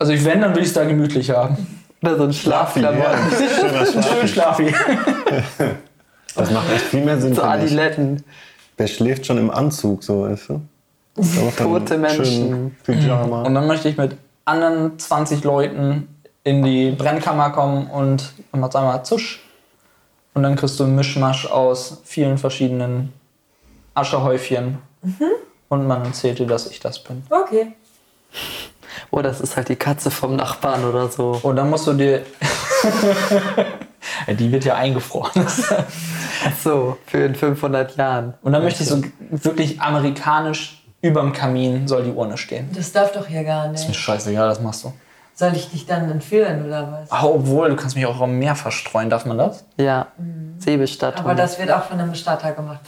Speaker 5: Also ich wenn, dann will ich es da gemütlich haben.
Speaker 3: Oder Ne, so ein Schlafklamotten.
Speaker 2: Schöner
Speaker 5: Schön
Speaker 2: Schlaf.
Speaker 5: [LAUGHS] schlafi.
Speaker 2: Das macht echt viel mehr Sinn.
Speaker 3: So
Speaker 2: für mich.
Speaker 3: Adiletten.
Speaker 2: Wer schläft schon im Anzug, so, weißt du? Da macht man
Speaker 3: Tote
Speaker 2: einen schönen Pyjama.
Speaker 5: Und dann möchte ich mit anderen 20 Leuten in die Brennkammer kommen und dann macht's einmal zusch. Und dann kriegst du einen Mischmasch aus vielen verschiedenen Aschehäufchen. Und man zählt dir, dass ich das bin.
Speaker 4: Okay.
Speaker 3: Oh, das ist halt die Katze vom Nachbarn oder so.
Speaker 5: Und dann musst du dir. Ja, [LAUGHS] die wird ja eingefroren.
Speaker 3: Ach so, für in 500 Jahren.
Speaker 5: Und dann möchte ich so wirklich amerikanisch überm Kamin soll die Urne stehen.
Speaker 6: Das darf doch hier gar
Speaker 5: Ist mir
Speaker 6: nicht.
Speaker 5: scheißegal, das machst du.
Speaker 6: Soll ich dich dann entführen oder was?
Speaker 5: Ah, obwohl, du kannst mich auch am Meer verstreuen, darf man das?
Speaker 3: Ja, Säbelstadt.
Speaker 6: Mhm. Aber das wird auch von einem Starter gemacht.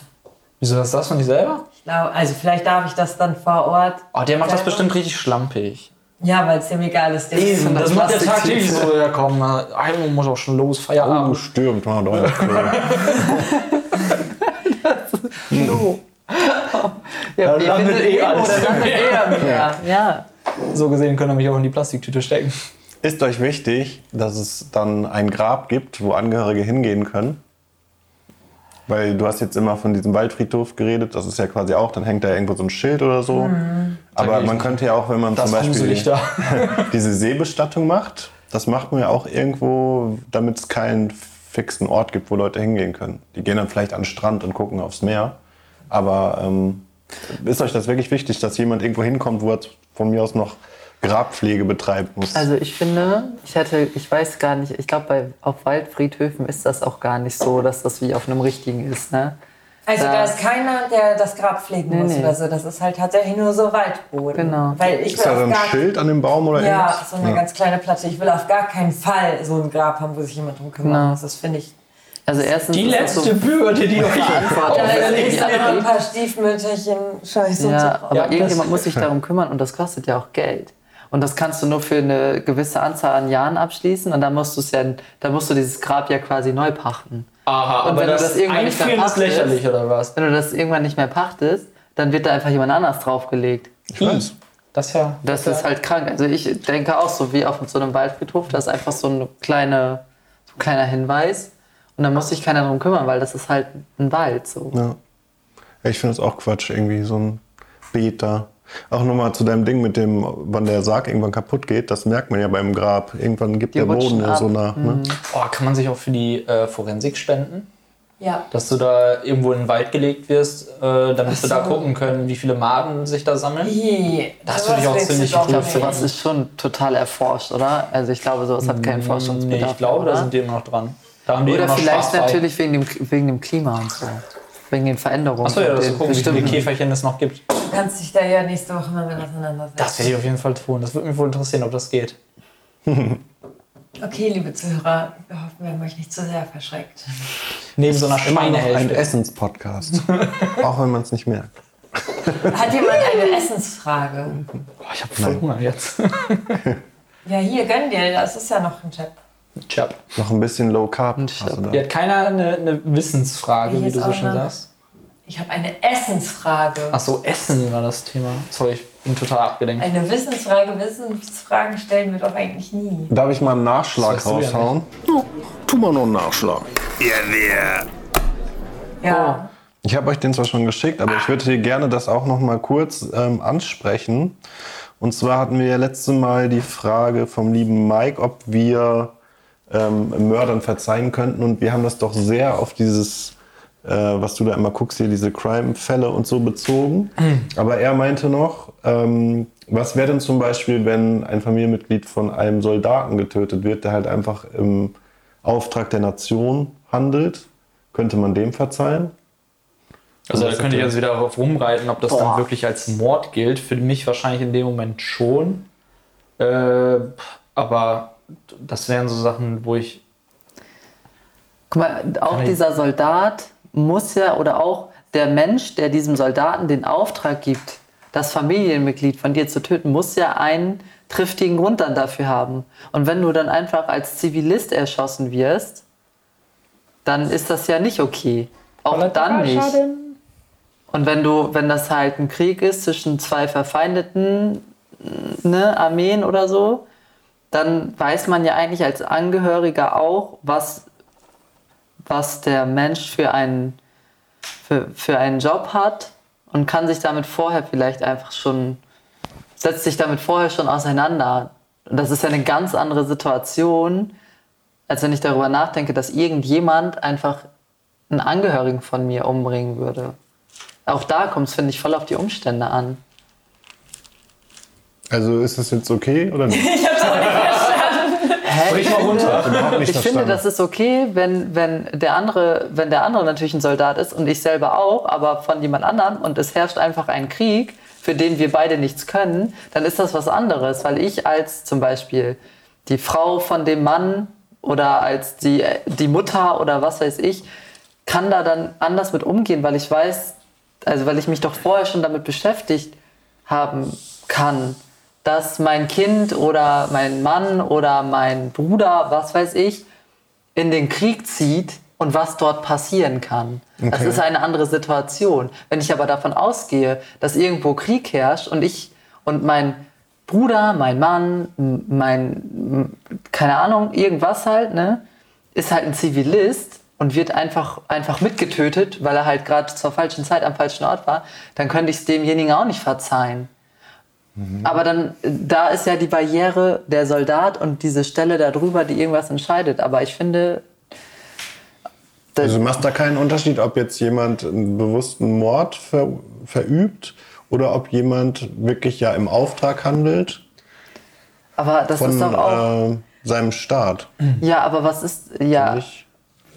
Speaker 5: Wieso das das von dir selber?
Speaker 6: Ich glaube, also vielleicht darf ich das dann vor Ort.
Speaker 5: Oh, der macht das bestimmt richtig schlampig.
Speaker 6: Ja, weil es dem egal ist. Dem
Speaker 5: Eben, das
Speaker 3: das
Speaker 5: macht ja
Speaker 3: Plastiktüte.
Speaker 5: tagtäglich so, ja komm, na, einmal muss auch schon los,
Speaker 2: Oh,
Speaker 5: Feierabend.
Speaker 2: stürmt, macht euer Klo.
Speaker 3: [LAUGHS] ja,
Speaker 5: da landet eh alles
Speaker 3: Oder
Speaker 5: im
Speaker 3: landet
Speaker 5: [LAUGHS]
Speaker 3: eh am Meer. Ja.
Speaker 5: So gesehen können wir mich auch in die Plastiktüte stecken.
Speaker 2: Ist euch wichtig, dass es dann ein Grab gibt, wo Angehörige hingehen können? Weil du hast jetzt immer von diesem Waldfriedhof geredet, das ist ja quasi auch, dann hängt da irgendwo so ein Schild oder so.
Speaker 5: Da
Speaker 2: Aber
Speaker 5: geh ich
Speaker 2: man
Speaker 5: nicht.
Speaker 2: könnte ja auch, wenn man
Speaker 5: Das
Speaker 2: zum
Speaker 5: gruselig
Speaker 2: Beispiel
Speaker 5: da.
Speaker 2: [LAUGHS] diese Seebestattung macht, das macht man ja auch irgendwo, damit es keinen fixen Ort gibt, wo Leute hingehen können. Die gehen dann vielleicht an den Strand und gucken aufs Meer. Aber ähm, ist euch das wirklich wichtig, dass jemand irgendwo hinkommt, wo er von mir aus noch Grabpflege betreiben muss?
Speaker 3: Also ich finde, ich hätte, ich weiß gar nicht, ich glaube, bei- auf Waldfriedhöfen ist das auch gar nicht so, dass das wie auf einem richtigen ist, ne?
Speaker 6: Also
Speaker 3: Da-
Speaker 6: da ist keiner, der das Grab pflegen
Speaker 3: Nee,
Speaker 6: muss
Speaker 3: nee.
Speaker 6: oder so. Das ist halt tatsächlich nur so Waldboden.
Speaker 3: Genau.
Speaker 6: Weil ich
Speaker 2: ist
Speaker 6: will
Speaker 2: da so
Speaker 6: auf
Speaker 2: ein
Speaker 6: gar
Speaker 2: Schild an dem Baum oder
Speaker 6: Ja,
Speaker 2: irgendwas?
Speaker 6: so eine ganz kleine Platte. Ich will auf gar keinen Fall so ein Grab haben, wo sich jemand drum kümmern
Speaker 3: Genau.
Speaker 6: muss. Das finde ich.
Speaker 3: Also erstens
Speaker 5: Die
Speaker 3: ist das
Speaker 5: letzte Bürde, [LAUGHS] die euch
Speaker 3: Verantwortung.
Speaker 6: Da
Speaker 3: Ja,
Speaker 5: aufwällt.
Speaker 6: ist
Speaker 3: ja,
Speaker 6: ja,
Speaker 3: ja.
Speaker 6: noch ein paar Stiefmütterchen Scheiße und so
Speaker 3: Ja,
Speaker 6: drauf.
Speaker 3: aber
Speaker 5: Ja, das-
Speaker 3: irgendjemand muss sich darum kümmern und das kostet ja auch Geld. Und das kannst du nur für eine gewisse Anzahl an Jahren abschließen und dann musst du es ja, dann musst du dieses Grab ja quasi neu pachten.
Speaker 5: Aha,
Speaker 3: Und
Speaker 5: aber
Speaker 3: wenn du
Speaker 5: das,
Speaker 3: das irgendwann nicht
Speaker 5: Einfrieren ist
Speaker 3: verpasst ist-
Speaker 5: lächerlich, oder was?
Speaker 3: Wenn du das irgendwann nicht mehr pachtest, dann wird da einfach jemand anders draufgelegt.
Speaker 2: Ich weiß.
Speaker 5: Das ist ja...
Speaker 3: Das ist halt krank. Also ich denke auch so wie auf so einem Waldfriedhof, da ist einfach so ein, kleine, so ein kleiner Hinweis und dann muss sich keiner drum kümmern, weil das ist halt ein Wald so.
Speaker 2: Ja. Ja, Ich finde das auch Quatsch, irgendwie so ein Beet da. Auch nochmal zu deinem Ding mit dem, wann der Sarg irgendwann kaputt geht, das merkt man ja beim Grab. Irgendwann gibt
Speaker 3: Die
Speaker 2: der Boden
Speaker 3: rutschen
Speaker 2: ja so
Speaker 3: ab.
Speaker 2: nach. Ne?
Speaker 5: Oh, kann man sich auch für die äh, Forensik spenden?
Speaker 6: Ja.
Speaker 5: Dass du da irgendwo in den Wald gelegt wirst, äh, damit wir da gucken können, wie viele Maden sich da sammeln?
Speaker 6: Ih,
Speaker 5: Das
Speaker 6: sowas
Speaker 5: finde ich auch
Speaker 6: willst du
Speaker 5: ziemlich
Speaker 6: doch
Speaker 5: cool.
Speaker 6: nicht.
Speaker 3: Sowas ist schon total erforscht, oder? Also ich glaube, sowas hat keinen
Speaker 5: Nee,
Speaker 3: Forschungsbedarf.
Speaker 5: ich glaube,
Speaker 3: oder?
Speaker 5: da sind die immer noch dran. Da haben die
Speaker 3: Oder
Speaker 5: immer noch
Speaker 3: vielleicht
Speaker 5: Spaß bei.
Speaker 3: natürlich wegen dem, wegen dem Klima und so. Wegen den Veränderungen.
Speaker 5: Achso, ja,
Speaker 3: und
Speaker 5: dass
Speaker 3: den
Speaker 5: wir gucken, wie viele
Speaker 3: bestimmten-
Speaker 5: Käferchen es noch gibt.
Speaker 6: Du kannst dich da ja nächste Woche mal mit auseinandersetzen.
Speaker 5: Das werde ich auf jeden Fall tun. Das würde mich wohl interessieren, ob das geht.
Speaker 6: Okay, liebe Zuhörer, wir hoffen, wir haben euch nicht zu sehr verschreckt.
Speaker 5: Neben so einer
Speaker 2: Ein
Speaker 5: Schweinehälfte.
Speaker 2: Essenspodcast. auch wenn man es nicht merkt.
Speaker 6: Hat jemand eine Essensfrage?
Speaker 5: ich habe voll Hunger jetzt. [LAUGHS]
Speaker 6: Ja, hier, gönn dir, das ist ja noch ein Chat.
Speaker 5: Chap.
Speaker 2: Noch ein bisschen Low Carb.
Speaker 3: Und ich
Speaker 2: hast du da.
Speaker 5: Hier hat keiner eine, eine Wissensfrage,
Speaker 6: Hier
Speaker 5: wie
Speaker 6: ist
Speaker 5: du so
Speaker 6: auch
Speaker 5: schön
Speaker 6: eine-
Speaker 5: sagst.
Speaker 6: Ich habe eine Essensfrage.
Speaker 5: Achso, Essen war das Thema. Sorry, ich bin total abgelenkt.
Speaker 6: Eine Wissensfrage, Wissensfragen stellen wir doch eigentlich nie.
Speaker 2: Darf ich mal einen Nachschlag
Speaker 5: Das weißt du ja
Speaker 2: raushauen? tu mal noch einen Nachschlag.
Speaker 6: Ja.
Speaker 2: Ich habe euch den zwar schon geschickt, aber ich würde hier gerne das auch noch mal kurz ähm, ansprechen. Und zwar hatten wir ja letzte Mal die Frage vom lieben Mike, ob wir ähm, Mördern verzeihen könnten. Und wir haben das doch sehr auf dieses, äh, was du da immer guckst, hier diese Crime-Fälle und so bezogen. Aber er meinte noch, ähm, was wäre denn zum Beispiel, wenn ein Familienmitglied von einem Soldaten getötet wird, der halt einfach im Auftrag der Nation handelt? Könnte man dem verzeihen?
Speaker 5: Also da könnte ich jetzt wieder darauf rumreiten, ob das dann wirklich als Mord gilt. Für mich wahrscheinlich in dem Moment schon. Äh, aber das wären so Sachen, wo ich.
Speaker 3: Guck mal, auch
Speaker 5: Kann ich-
Speaker 3: dieser Soldat muss ja, oder auch der Mensch, der diesem Soldaten den Auftrag gibt, das Familienmitglied von dir zu töten, muss ja einen triftigen Grund dann dafür haben. Und wenn du dann einfach als Zivilist erschossen wirst, dann ist das ja nicht okay. Auch dann nicht. Und wenn du, wenn das halt ein Krieg ist zwischen zwei verfeindeten ne, Armeen oder so, dann weiß man ja eigentlich als Angehöriger auch, was, was der Mensch für einen, für, für einen Job hat und kann sich damit vorher vielleicht einfach schon, setzt sich damit vorher schon auseinander. Und das ist ja eine ganz andere Situation, als wenn ich darüber nachdenke, dass irgendjemand einfach einen Angehörigen von mir umbringen würde. Auch da kommt es, finde ich, voll auf die Umstände an.
Speaker 2: Also ist das jetzt okay oder nicht?
Speaker 3: Hä?
Speaker 5: Sprich mal runter.
Speaker 2: Überhaupt nicht
Speaker 3: Ich finde,
Speaker 2: verstanden.
Speaker 3: das ist okay, wenn, wenn, der andere, wenn der andere natürlich ein Soldat ist und ich selber auch, aber von jemand anderem und es herrscht einfach ein Krieg, für den wir beide nichts können, dann ist das was anderes, weil ich als zum Beispiel die Frau von dem Mann oder als die, die Mutter oder was weiß ich, kann da dann anders mit umgehen, weil ich weiß, also weil ich mich doch vorher schon damit beschäftigt haben kann, dass mein Kind oder mein Mann oder mein Bruder, was weiß ich, in den Krieg zieht und was dort passieren kann. Das
Speaker 2: Okay.
Speaker 3: ist eine andere Situation. Wenn ich aber davon ausgehe, dass irgendwo Krieg herrscht und ich und mein Bruder, mein Mann, m- mein, m- keine Ahnung, irgendwas halt, ne, ist halt ein Zivilist und wird einfach, einfach mitgetötet, weil er halt gerade zur falschen Zeit am falschen Ort war, dann könnte ich es demjenigen auch nicht verzeihen. Aber dann, da ist ja die Barriere der Soldat und diese Stelle darüber, die irgendwas entscheidet. Aber ich finde,
Speaker 2: Also du machst da keinen Unterschied, ob jetzt jemand einen bewussten Mord ver verübt oder ob jemand wirklich ja im Auftrag handelt
Speaker 3: aber das
Speaker 2: von
Speaker 3: ist doch auch.
Speaker 2: äh, seinem Staat.
Speaker 3: ja, aber was ist. Ja.
Speaker 2: Ich-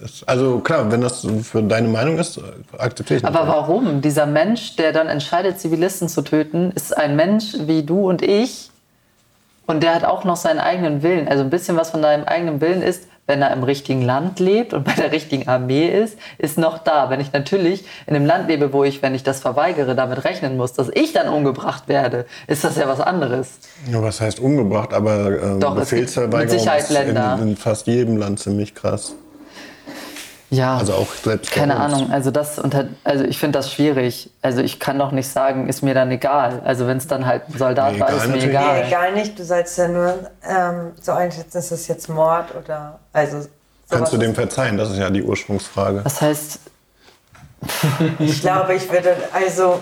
Speaker 2: es- Also klar, wenn das für deine Meinung ist, akzeptiere ich nicht.
Speaker 3: Aber warum? Dieser Mensch, der dann entscheidet, Zivilisten zu töten, ist ein Mensch wie du und ich. Und der hat auch noch seinen eigenen Willen. Also ein bisschen was von deinem eigenen Willen ist, wenn er im richtigen Land lebt und bei der richtigen Armee ist, ist noch da. Wenn ich natürlich in einem Land lebe, wo ich, wenn ich das verweigere, damit rechnen muss, dass ich dann umgebracht werde, ist das ja was anderes.
Speaker 2: Ja, was heißt umgebracht, aber ähm,
Speaker 3: Doch, es gibt mit
Speaker 2: Befehlsverweigerung
Speaker 3: Sicherheit
Speaker 2: ist in,
Speaker 3: Länder.
Speaker 2: in fast jedem Land ziemlich krass.
Speaker 3: Ja.
Speaker 2: Also auch selbst bei
Speaker 3: Keine
Speaker 2: uns.
Speaker 3: Ahnung, also das unter, also ich finde das schwierig. Also ich kann doch nicht sagen, ist mir dann egal. Also wenn es dann halt ein Soldat
Speaker 2: Nee,
Speaker 3: war,
Speaker 2: egal
Speaker 3: ist mir
Speaker 2: natürlich
Speaker 3: egal.
Speaker 6: Nee, egal nicht, du sollst ja nur ähm, so einschätzen, ist das jetzt Mord oder. Also, sowas.
Speaker 2: Kannst du dem verzeihen? Das ist ja die Ursprungsfrage.
Speaker 3: Das heißt,
Speaker 6: Ich glaube, ich würde. Also.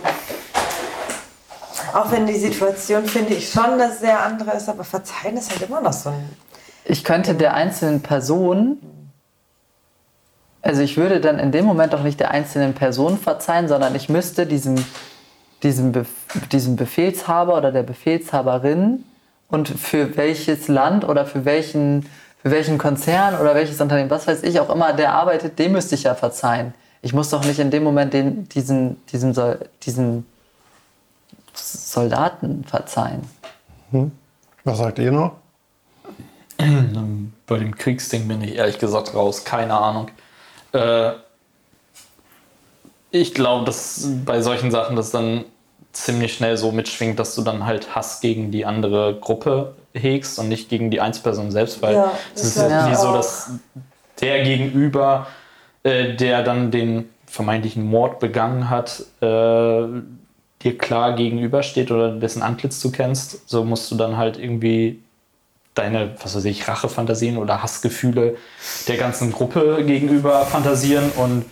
Speaker 6: Auch wenn die Situation, finde ich schon, dass sehr andere ist, aber verzeihen ist halt immer noch so ein.
Speaker 3: ich könnte der einzelnen Person, also ich würde dann in dem Moment doch nicht der einzelnen Person verzeihen, sondern ich müsste diesem, diesem, Bef diesem Befehlshaber oder der Befehlshaberin und für welches Land oder für welchen, für welchen Konzern oder welches Unternehmen, was weiß ich auch immer, der arbeitet, dem müsste ich ja verzeihen. Ich muss doch nicht in dem Moment den, diesen, diesem, Sol- diesem Soldaten verzeihen.
Speaker 2: Was sagt ihr noch?
Speaker 5: Bei dem Kriegsding bin ich ehrlich gesagt raus, keine Ahnung. Äh, ich glaube, dass bei solchen Sachen das dann ziemlich schnell so mitschwingt, dass du dann halt Hass gegen die andere Gruppe hegst und nicht gegen die Einzelperson selbst, weil
Speaker 6: Ja,
Speaker 5: es
Speaker 6: das
Speaker 5: ist
Speaker 6: glaub
Speaker 3: ich
Speaker 5: nie so,
Speaker 6: auch.
Speaker 5: dass der Gegenüber, äh, der dann den vermeintlichen Mord begangen hat, äh, dir klar gegenübersteht oder dessen Antlitz du kennst, so musst du dann halt irgendwie deine, was weiß ich, Rachefantasien oder Hassgefühle der ganzen Gruppe gegenüber fantasieren und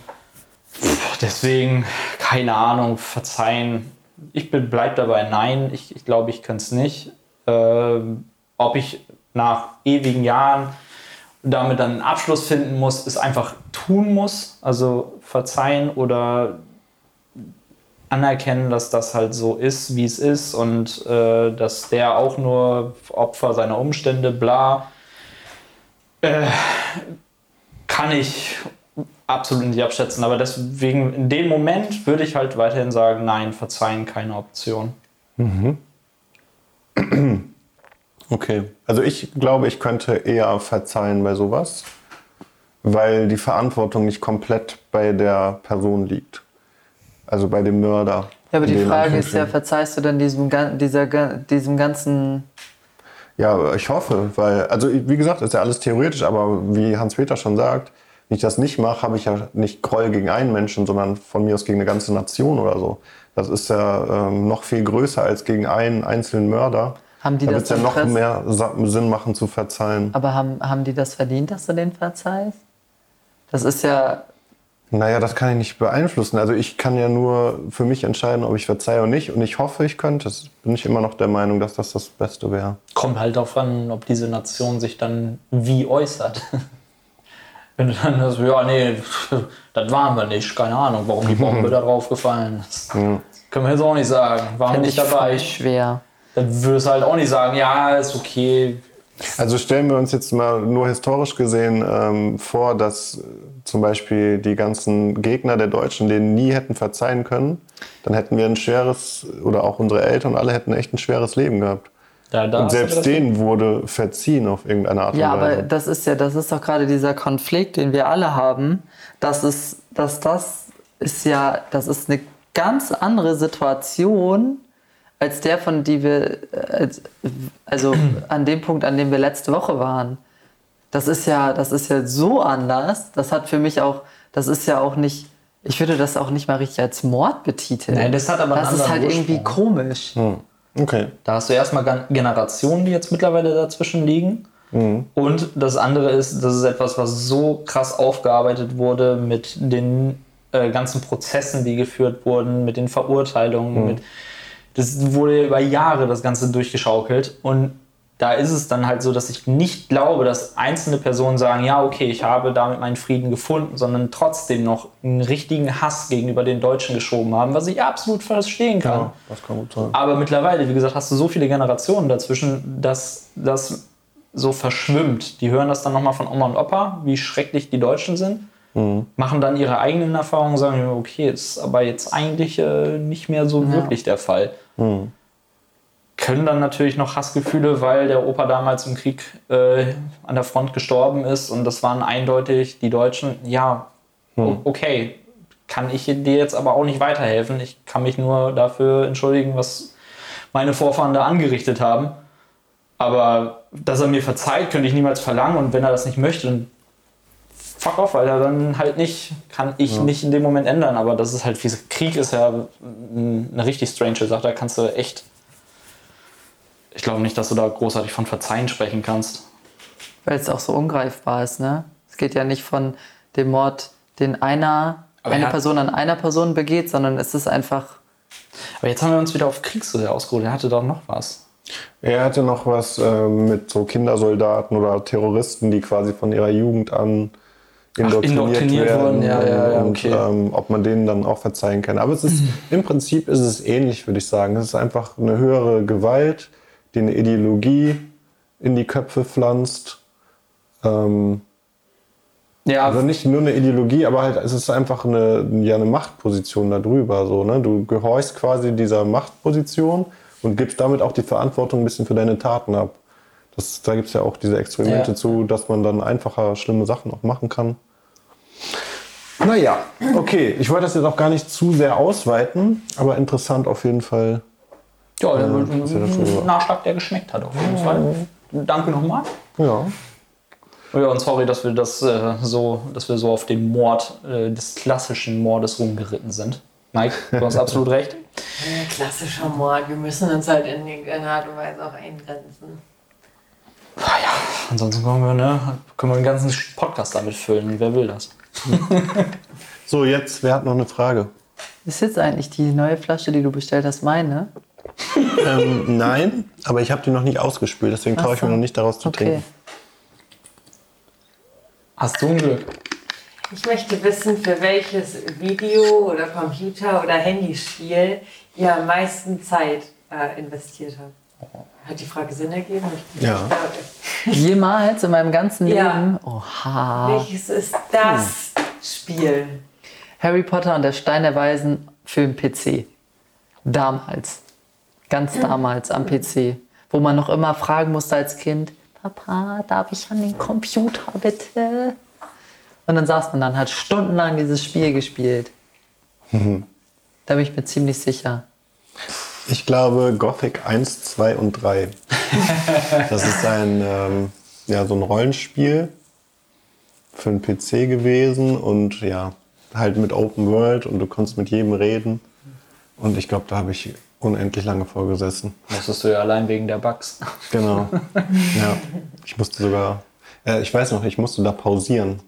Speaker 5: pff, deswegen, keine Ahnung, verzeihen. Ich bin, bleib dabei, nein, ich, ich glaube, ich kann es nicht. Ähm, ob ich nach ewigen Jahren damit dann einen Abschluss finden muss, ist einfach tun muss, also verzeihen oder anerkennen, dass das halt so ist, wie es ist und äh, dass der auch nur Opfer seiner Umstände, bla. Äh, kann ich absolut nicht abschätzen, aber deswegen in dem Moment würde ich halt weiterhin sagen, nein, verzeihen keine Option.
Speaker 2: Okay. Also ich glaube, ich könnte eher verzeihen bei sowas, weil die Verantwortung nicht komplett bei der Person liegt. Also bei dem Mörder.
Speaker 3: Ja, aber
Speaker 2: In
Speaker 3: die
Speaker 2: den
Speaker 3: Frage ist ja,
Speaker 2: Anführungsstrichen.
Speaker 3: verzeihst du denn diesem, gan- dieser, gan- diesem ganzen...
Speaker 2: Ja, aber ich hoffe, weil, also wie gesagt, ist ja alles theoretisch, aber wie Hans-Peter schon sagt, wenn ich das nicht mache, habe ich ja nicht Groll gegen einen Menschen, sondern von mir aus gegen eine ganze Nation oder so. Das ist ja ähm, noch viel größer als gegen einen einzelnen Mörder.
Speaker 3: Haben die
Speaker 2: Da wird
Speaker 3: das
Speaker 2: es ja noch
Speaker 3: Interesse-
Speaker 2: mehr Sa- Sinn machen zu verzeihen.
Speaker 3: Aber haben, haben die das verdient, dass du den verzeihst? Das ist ja.
Speaker 2: Naja, das kann ich nicht beeinflussen. Also ich kann ja nur für mich entscheiden, ob ich verzeihe oder nicht. Und ich hoffe, ich könnte. Das bin ich immer noch der Meinung, dass das das Beste wäre.
Speaker 5: Kommt halt darauf an, ob diese Nation sich dann wie äußert. [LAUGHS] Wenn du dann das, ja, nee, [LAUGHS] das waren wir nicht, keine Ahnung, warum die Bombe da drauf gefallen ist. Können wir jetzt auch nicht sagen, waren wir
Speaker 3: Finde ich
Speaker 5: nicht
Speaker 3: voll
Speaker 5: dabei.
Speaker 3: schwer.
Speaker 5: Dann würdest du halt auch nicht sagen, ja, ist okay.
Speaker 2: Also stellen wir uns jetzt mal nur historisch gesehen ähm, vor, dass äh, zum Beispiel die ganzen Gegner der Deutschen denen nie hätten verzeihen können, dann hätten wir ein schweres, oder auch unsere Eltern, alle hätten echt ein schweres Leben gehabt.
Speaker 5: Da, da
Speaker 2: Und
Speaker 5: hast du
Speaker 2: selbst
Speaker 5: das-
Speaker 2: denen wurde verziehen auf irgendeine Art und
Speaker 3: Ja, aber
Speaker 2: Weise.
Speaker 3: das ist ja, das ist doch gerade dieser Konflikt, den wir alle haben, dass es, dass das ist ja, das ist eine ganz andere Situation als der, von die wir, äh, als,
Speaker 5: [CLEARS THROAT]
Speaker 3: also an dem Punkt, an dem wir letzte Woche waren. Das ist ja, das ist ja so anders. Das hat für mich auch, das ist ja auch nicht, ich würde das auch nicht mal richtig als Mord betiteln.
Speaker 5: Nein, das hat aber einen
Speaker 3: Das ist
Speaker 5: anderen
Speaker 3: halt irgendwie
Speaker 5: Ursprung.
Speaker 3: komisch.
Speaker 2: Okay.
Speaker 5: Da hast du erstmal Gan- Generationen, die jetzt mittlerweile dazwischen liegen. Und das andere ist, das ist etwas, was so krass aufgearbeitet wurde mit den äh, ganzen Prozessen, die geführt wurden, mit den Verurteilungen. Mit, das wurde über Jahre das Ganze durchgeschaukelt. Und da ist es dann halt so, dass ich nicht glaube, dass einzelne Personen sagen, ja, okay, ich habe damit meinen Frieden gefunden, sondern trotzdem noch einen richtigen Hass gegenüber den Deutschen geschoben haben, was ich absolut verstehen kann.
Speaker 2: Das kann gut sein.
Speaker 5: Aber mittlerweile, wie gesagt, hast du so viele Generationen dazwischen, dass das so verschwimmt. Die hören das dann nochmal von Oma und Opa, wie schrecklich die Deutschen sind, machen dann ihre eigenen Erfahrungen, sagen, ja, okay, ist aber jetzt eigentlich äh, nicht mehr so wirklich der Fall. Können dann natürlich noch Hassgefühle, weil der Opa damals im Krieg äh, an der Front gestorben ist und das waren eindeutig die Deutschen, ja, o- okay, kann ich dir jetzt aber auch nicht weiterhelfen. Ich kann mich nur dafür entschuldigen, was meine Vorfahren da angerichtet haben. Aber dass er mir verzeiht, könnte ich niemals verlangen. Und wenn er das nicht möchte, dann fuck off, Alter, dann halt nicht. Kann ich nicht in dem Moment ändern. Aber das ist halt, wie gesagt, Krieg ist ja mm, eine richtig strange Sache. Da kannst du echt. Ich glaube nicht, dass du da großartig von Verzeihen sprechen kannst.
Speaker 3: Weil es auch so ungreifbar ist, ne? Es geht ja nicht von dem Mord, den einer,
Speaker 5: Aber
Speaker 3: eine
Speaker 5: er hat-
Speaker 3: Person an einer Person begeht, sondern es ist einfach.
Speaker 5: Aber jetzt haben wir uns wieder auf Krieg so sehr ausgeruht. Er hatte doch noch was.
Speaker 2: Er hatte noch was äh, mit so Kindersoldaten oder Terroristen, die quasi von ihrer Jugend an indoktriniert,
Speaker 5: indoktriniert
Speaker 2: werden.
Speaker 5: wurden, ja, ja, ja,
Speaker 2: und
Speaker 5: okay.
Speaker 2: ähm, ob man denen dann auch verzeihen kann. Aber es
Speaker 5: [LAUGHS]
Speaker 2: ist, im Prinzip ist es ähnlich, würde ich sagen. Es ist einfach eine höhere Gewalt, die eine Ideologie in die Köpfe pflanzt. Ähm,
Speaker 5: Ja,
Speaker 2: also nicht nur eine Ideologie, aber halt es ist einfach eine, ja, eine Machtposition darüber. So, ne? Du gehorchst quasi dieser Machtposition und gibst damit auch die Verantwortung ein bisschen für deine Taten ab. Das, da gibt es ja auch diese Experimente
Speaker 5: Ja.
Speaker 2: zu, dass man dann einfacher schlimme Sachen auch machen kann. Naja, okay. Ich wollte das jetzt auch gar nicht zu sehr ausweiten, aber interessant auf jeden Fall. äh,
Speaker 5: Ja, der wird
Speaker 2: das ist ja das Schöne.
Speaker 5: ein Nachschlag, der geschmeckt hat auf jeden Fall. Danke nochmal.
Speaker 2: Ja.
Speaker 5: Ja, und sorry, dass wir das äh, so, dass wir so auf den Mord äh, des klassischen Mordes rumgeritten sind. Mike, du hast absolut recht.
Speaker 4: Ein klassischer Mord. Wir müssen uns halt in irgendeiner Art und Weise auch eingrenzen.
Speaker 5: Ah ja, [LAUGHS] ansonsten können wir, ne, können wir einen ganzen Podcast damit füllen. Wer will das?
Speaker 2: So, jetzt, wer hat noch eine Frage?
Speaker 3: Ist jetzt eigentlich die neue Flasche, die du bestellt hast, meine?
Speaker 2: ähm, nein, aber ich habe die noch nicht ausgespült, deswegen traue ich
Speaker 3: so.
Speaker 2: mir noch nicht daraus zu
Speaker 3: Okay.
Speaker 2: trinken.
Speaker 5: Hast du ein Glück?
Speaker 4: Ich möchte wissen, für welches Video oder Computer oder Handyspiel ihr am meisten Zeit äh, investiert habt. Hat die Frage Sinn ergeben? Ich-
Speaker 2: Ja.
Speaker 3: Jemals in meinem ganzen
Speaker 4: Ja.
Speaker 3: Leben? Oha.
Speaker 4: Welches ist das Spiel?
Speaker 3: Harry Potter und der Stein der Weisen für den PC. Damals. Ganz damals am PC. Wo man noch immer fragen musste als Kind, Papa, darf ich an den Computer bitte? Und dann saß man dann, hat stundenlang dieses Spiel gespielt. Da bin ich mir ziemlich sicher.
Speaker 2: Ich glaube Gothic 1, 2 und
Speaker 5: [LAUGHS]
Speaker 2: 3. Das ist ein, ähm, ja, so ein Rollenspiel für den PC gewesen und ja, halt mit Open World und du konntest mit jedem reden. Und ich glaube, da habe ich unendlich lange vorgesessen.
Speaker 5: Musstest du ja allein wegen der Bugs. [LAUGHS]
Speaker 2: Genau. ja. Ich musste sogar, äh, ich weiß noch, ich musste da pausieren.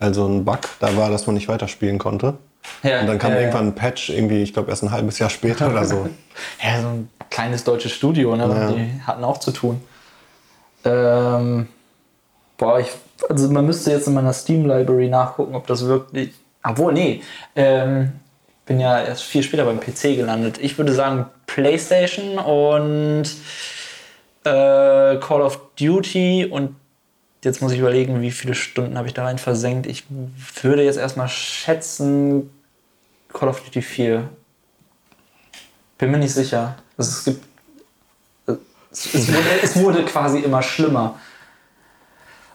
Speaker 2: Also ein Bug da war, dass man nicht weiterspielen konnte.
Speaker 5: Ja,
Speaker 2: Und dann kam
Speaker 5: ja, ja.
Speaker 2: irgendwann ein Patch, irgendwie, ich glaube erst ein halbes Jahr später oder
Speaker 5: [LAUGHS]
Speaker 2: so.
Speaker 5: Ja, so ein kleines deutsches Studio, ne?
Speaker 2: Ja.
Speaker 5: Die hatten auch zu tun. Ähm, boah, ich, also man müsste jetzt in meiner Steam-Library nachgucken, ob das wirklich. Obwohl, nee. Ähm, bin ja erst viel später beim PC gelandet. Ich würde sagen, PlayStation und äh, Call of Duty und jetzt muss ich überlegen, wie viele Stunden habe ich da rein versenkt. Ich würde jetzt erstmal schätzen, Call of Duty 4 bin mir nicht sicher. Also es gibt. Es, es, wurde, es wurde quasi immer schlimmer.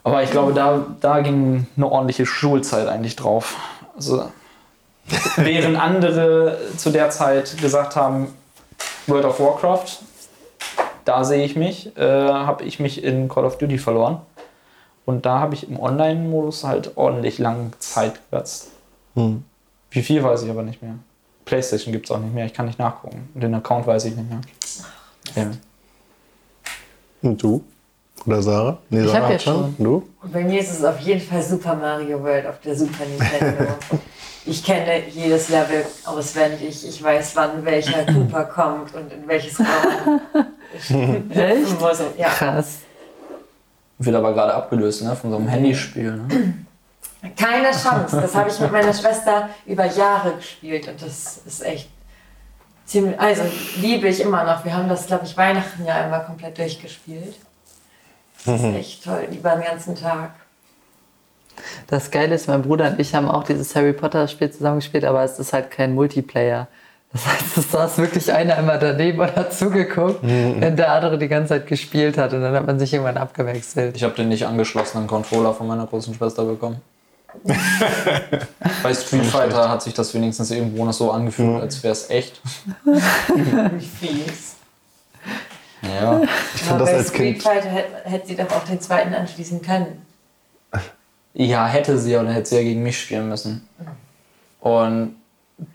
Speaker 5: Aber ich glaube, da, da ging eine ordentliche Schulzeit eigentlich drauf. Also, während andere zu der Zeit gesagt haben, World of Warcraft, da sehe ich mich, äh, habe ich mich in Call of Duty verloren. Und da habe ich im Online-Modus halt ordentlich lange Zeit gesetzt.
Speaker 2: Hm.
Speaker 5: Wie viel weiß ich aber nicht mehr. Playstation gibt es auch nicht mehr, ich kann nicht nachgucken. Den Account weiß ich nicht mehr. Ja.
Speaker 2: Und du? Oder Sarah? Nee,
Speaker 3: Ich hab
Speaker 2: Sarah
Speaker 3: ja schon.
Speaker 2: Du?
Speaker 4: Und bei mir ist es auf jeden Fall Super Mario World auf der Super Nintendo. ich kenne jedes Level auswendig. Ich weiß, wann welcher Cooper kommt und in welches Raum.
Speaker 3: Echt?
Speaker 4: Muss. Ja,
Speaker 3: Krass.
Speaker 5: Wird aber gerade abgelöst, ne? Von so einem Handyspiel. Ne?
Speaker 4: keine Chance. Das habe ich mit meiner Schwester über Jahre gespielt und das ist echt ziemlich. Also liebe ich immer noch. Wir haben das, glaube ich, Weihnachten ja einmal komplett durchgespielt. Das
Speaker 2: [LAUGHS]
Speaker 4: ist echt toll, über den ganzen Tag.
Speaker 3: Das Geile ist, mein Bruder und ich haben auch dieses Harry Potter-Spiel zusammengespielt, aber es ist halt kein Multiplayer. Das heißt, es saß wirklich einer immer daneben und hat zugeguckt,
Speaker 2: Mhm.
Speaker 3: wenn der andere die ganze Zeit gespielt hat. Und dann hat man sich irgendwann abgewechselt.
Speaker 5: Ich habe den nicht angeschlossenen Controller von meiner großen Schwester bekommen. Bei Street Fighter hat sich das wenigstens irgendwo noch so angefühlt, als wäre es echt.
Speaker 4: Wie fies.
Speaker 5: Ja.
Speaker 2: Ich
Speaker 4: Aber
Speaker 2: fand das
Speaker 4: bei
Speaker 2: als
Speaker 4: Street
Speaker 2: Kind.
Speaker 4: Fighter hätte, hätte sie doch auch den zweiten anschließen können.
Speaker 5: ja, hätte sie, aber dann hätte sie ja gegen mich spielen müssen. Und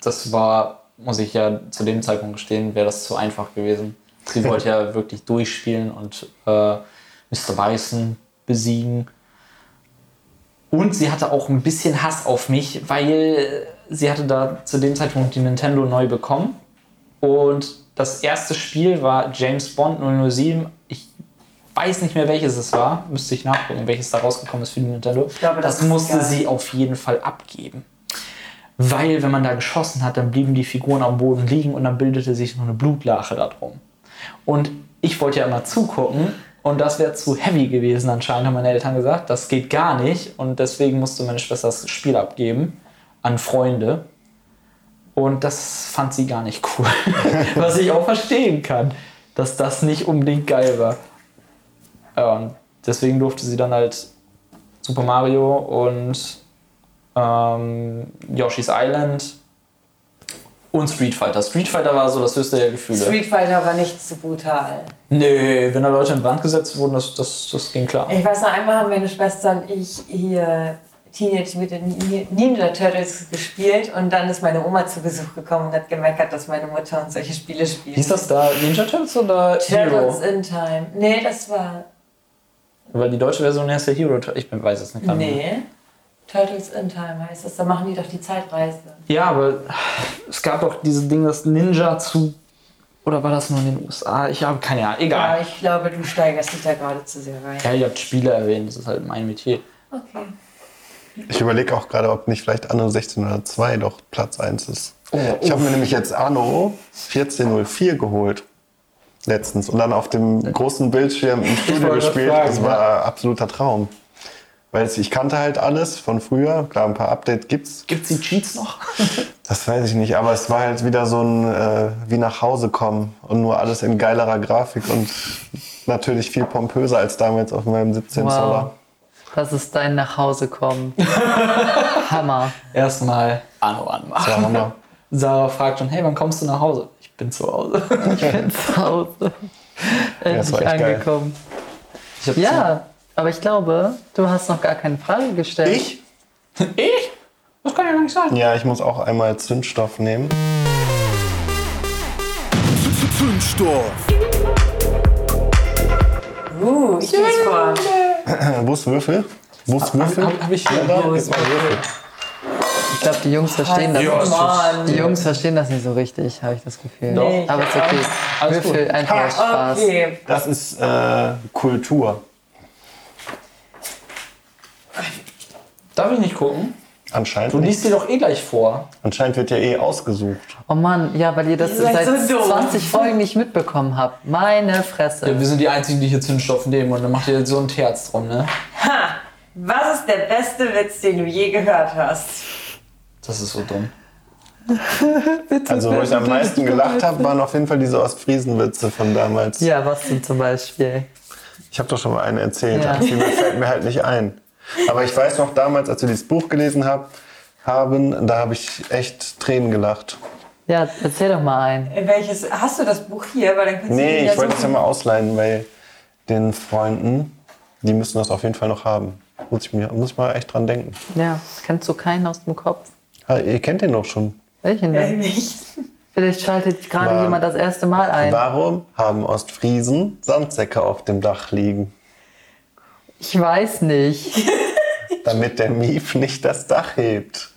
Speaker 5: das war, muss ich ja zu dem Zeitpunkt gestehen, wäre das zu einfach gewesen. Sie wollte ja wirklich durchspielen und äh, Mr. Bison besiegen. Und sie hatte auch ein bisschen Hass auf mich, weil sie hatte da zu dem Zeitpunkt die Nintendo neu bekommen. Und das erste Spiel war James Bond 007. Ich weiß nicht mehr, welches es war. Müsste ich nachgucken, welches da rausgekommen ist für die Nintendo.
Speaker 4: glaube, das
Speaker 5: das
Speaker 4: ist
Speaker 5: musste
Speaker 4: geil.
Speaker 5: sie auf jeden Fall abgeben. Weil, wenn man da geschossen hat, dann blieben die Figuren am Boden liegen und dann bildete sich noch eine Blutlache da drum. Und ich wollte ja immer zugucken und das wäre zu heavy gewesen anscheinend, haben meine Eltern gesagt. Das geht gar nicht und deswegen musste meine Schwester das Spiel abgeben an Freunde. Und das fand sie gar nicht cool. [LAUGHS] Was ich auch verstehen kann, dass das nicht unbedingt geil war. Ja, und deswegen durfte sie dann halt Super Mario und ähm, Yoshi's Island und Street Fighter. Street Fighter war so das höchste der Gefühle.
Speaker 4: Street Fighter war nicht so brutal.
Speaker 5: Nee, wenn da Leute in Brand gesetzt wurden, das, das, das ging klar.
Speaker 4: Ich weiß noch, einmal haben meine Schwester und ich hier Teenage Mutant Ni- Ninja Turtles gespielt und dann ist meine Oma zu Besuch gekommen und hat gemeckert, dass meine Mutter uns solche Spiele spielt.
Speaker 5: Hieß das da Ninja Turtles oder
Speaker 4: Turtles
Speaker 5: Hero?
Speaker 4: in Time. Nee, das war.
Speaker 5: Weil die deutsche Version heißt ja Hero. Tur- Ich bin- weiß es nicht. gar nicht.
Speaker 4: Nee. Turtles in Time heißt das. Da machen die doch die Zeitreise.
Speaker 5: Ja, aber es gab doch diese Ding, das Ninja zu. Oder war das nur in den USA? Ich habe keine Ahnung.
Speaker 4: Ja,
Speaker 5: Egal.
Speaker 4: ich glaube, du steigerst dich da gerade zu sehr rein.
Speaker 5: Ah. Ja, ihr habt Spiele erwähnt, das ist halt mein Metier.
Speaker 4: Okay.
Speaker 2: Ich überlege auch gerade, ob nicht vielleicht Anno 1602 doch Platz 1 ist.
Speaker 5: Oh,
Speaker 2: ich habe mir nämlich jetzt Anno 1404 geholt. Letztens. Und dann auf dem großen Bildschirm im Studio
Speaker 5: wollte
Speaker 2: gespielt.
Speaker 5: gerade
Speaker 2: das
Speaker 5: fragen,
Speaker 2: war absoluter Traum. Weil es- ich kannte halt alles von früher. Klar, ein paar Updates gibt's.
Speaker 5: Gibt's die Cheats
Speaker 4: [LAUGHS]
Speaker 5: noch?
Speaker 2: Das weiß ich nicht, aber es war halt wieder so ein äh, wie nach Hause kommen und nur alles in geilerer Grafik und natürlich viel pompöser als damals auf meinem 17 Zoller.
Speaker 3: Wow. Das ist
Speaker 2: [LAUGHS]
Speaker 3: dein Nachhausekommen. Hammer.
Speaker 5: Erstmal Anno anmachen.
Speaker 2: Das war Hammer.
Speaker 5: Sarah fragt schon, hey, wann kommst du nach Hause? Ich bin zu Hause.
Speaker 3: Ich bin zu Hause.
Speaker 2: das war
Speaker 3: Endlich
Speaker 2: echt geil.
Speaker 3: angekommen.
Speaker 5: Ich hab
Speaker 3: Ja, aber ich glaube, du hast noch gar keine Frage gestellt.
Speaker 2: Ich?
Speaker 5: [LAUGHS] Ich? Das kann ja gar nicht sein.
Speaker 2: Ja, ich muss auch einmal Zündstoff nehmen.
Speaker 7: Zündstoff.
Speaker 4: Uh, ich lese vor.
Speaker 2: Äh, Wo ist Würfel? Wo ist Würfel?
Speaker 5: Hab, hab ich hier.
Speaker 2: Gib mal Würfel.
Speaker 3: Ich glaube, die Jungs verstehen das.
Speaker 8: Ja, es ist-
Speaker 3: Die Jungs verstehen das nicht so richtig, habe ich das Gefühl.
Speaker 9: Nee,
Speaker 3: Aber ist okay.
Speaker 5: Alles gut.
Speaker 3: Würfel, einfach aus Spaß.
Speaker 4: Okay.
Speaker 2: Das ist äh, Kultur.
Speaker 5: Darf ich nicht gucken?
Speaker 2: Anscheinend.
Speaker 5: Du
Speaker 2: nicht.
Speaker 5: liest dir doch eh gleich vor.
Speaker 2: Anscheinend wird ja eh ausgesucht.
Speaker 3: Oh Mann, ja, weil ihr das
Speaker 4: Ihr seid
Speaker 3: seit
Speaker 4: so dumm.
Speaker 3: 20 Folgen nicht mitbekommen habt. Meine Fresse.
Speaker 5: Ja, wir sind die Einzigen, die hier Zündstoff nehmen und dann macht ihr jetzt so ein Terz drum, ne?
Speaker 4: Was ist der beste Witz, den du je gehört hast?
Speaker 5: Das ist so dumm.
Speaker 2: Also, wo ich am meisten gelacht habe, waren auf jeden Fall diese Ostfriesenwitze von damals.
Speaker 3: Ja, was denn zum Beispiel?
Speaker 2: Ich habe doch schon mal einen erzählt,
Speaker 3: Ja.
Speaker 2: aber
Speaker 5: [LAUGHS]
Speaker 2: viel mehr fällt mir halt nicht ein. Aber ich weiß noch damals, als wir dieses Buch gelesen hab, haben, da habe ich echt Tränen gelacht.
Speaker 3: Ja, erzähl doch mal einen.
Speaker 4: Welches? Hast du das Buch hier? Weil dann kannst du ihn
Speaker 2: Nee,
Speaker 4: ja
Speaker 2: ich wollte es ja
Speaker 4: suchen.
Speaker 2: mal ausleihen bei den Freunden. Die müssen das auf jeden Fall noch haben. Muss ich, mir, muss ich mal echt dran denken.
Speaker 3: Ja, kennst du keinen aus dem Kopf?
Speaker 2: Ah, ihr kennt den doch schon.
Speaker 3: Welchen denn?
Speaker 4: Äh, nicht.
Speaker 3: Vielleicht schaltet gerade
Speaker 2: War-
Speaker 3: jemand das erste Mal ein.
Speaker 2: Warum haben Ostfriesen Sandsäcke auf dem Dach liegen?
Speaker 3: Ich weiß nicht.
Speaker 2: Damit der Mief nicht das Dach hebt.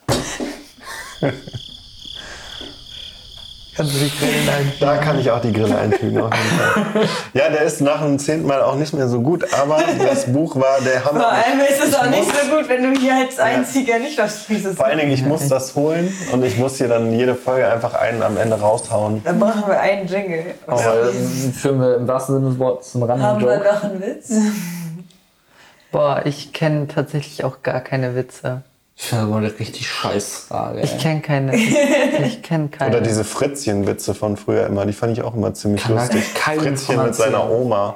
Speaker 3: Kannst du die Grillen ein?
Speaker 2: Da kann ich auch die Grille einfügen. Auf jeden Fall. Ja, der ist nach dem zehnten Mal auch nicht mehr so gut, aber das Buch war der
Speaker 4: Vor
Speaker 2: Hammer.
Speaker 4: allem ist es auch nicht so gut, wenn du hier als einziger nicht was Fieses
Speaker 2: Vor allen Dingen, ich muss das holen und ich muss hier dann jede Folge einfach einen am Ende raushauen.
Speaker 4: Dann machen wir einen Jingle.
Speaker 5: Aber dann führen wir im wahrsten Sinne des Wortes einen
Speaker 4: Haben wir
Speaker 5: Random-Joke.
Speaker 4: noch einen Witz?
Speaker 3: Boah, ich kenne tatsächlich auch gar keine Witze.
Speaker 5: Ich finde das eine richtig scheiß Frage.
Speaker 3: Ich kenne keine. Ich kenne keine.
Speaker 2: Oder diese Fritzchen-Witze von früher immer, die fand ich auch immer ziemlich
Speaker 5: Kann man
Speaker 2: lustig.
Speaker 4: halt
Speaker 5: keinem
Speaker 2: Fritzchen
Speaker 5: von
Speaker 2: mit seiner
Speaker 5: erzählen.
Speaker 4: [LAUGHS]
Speaker 2: Oma.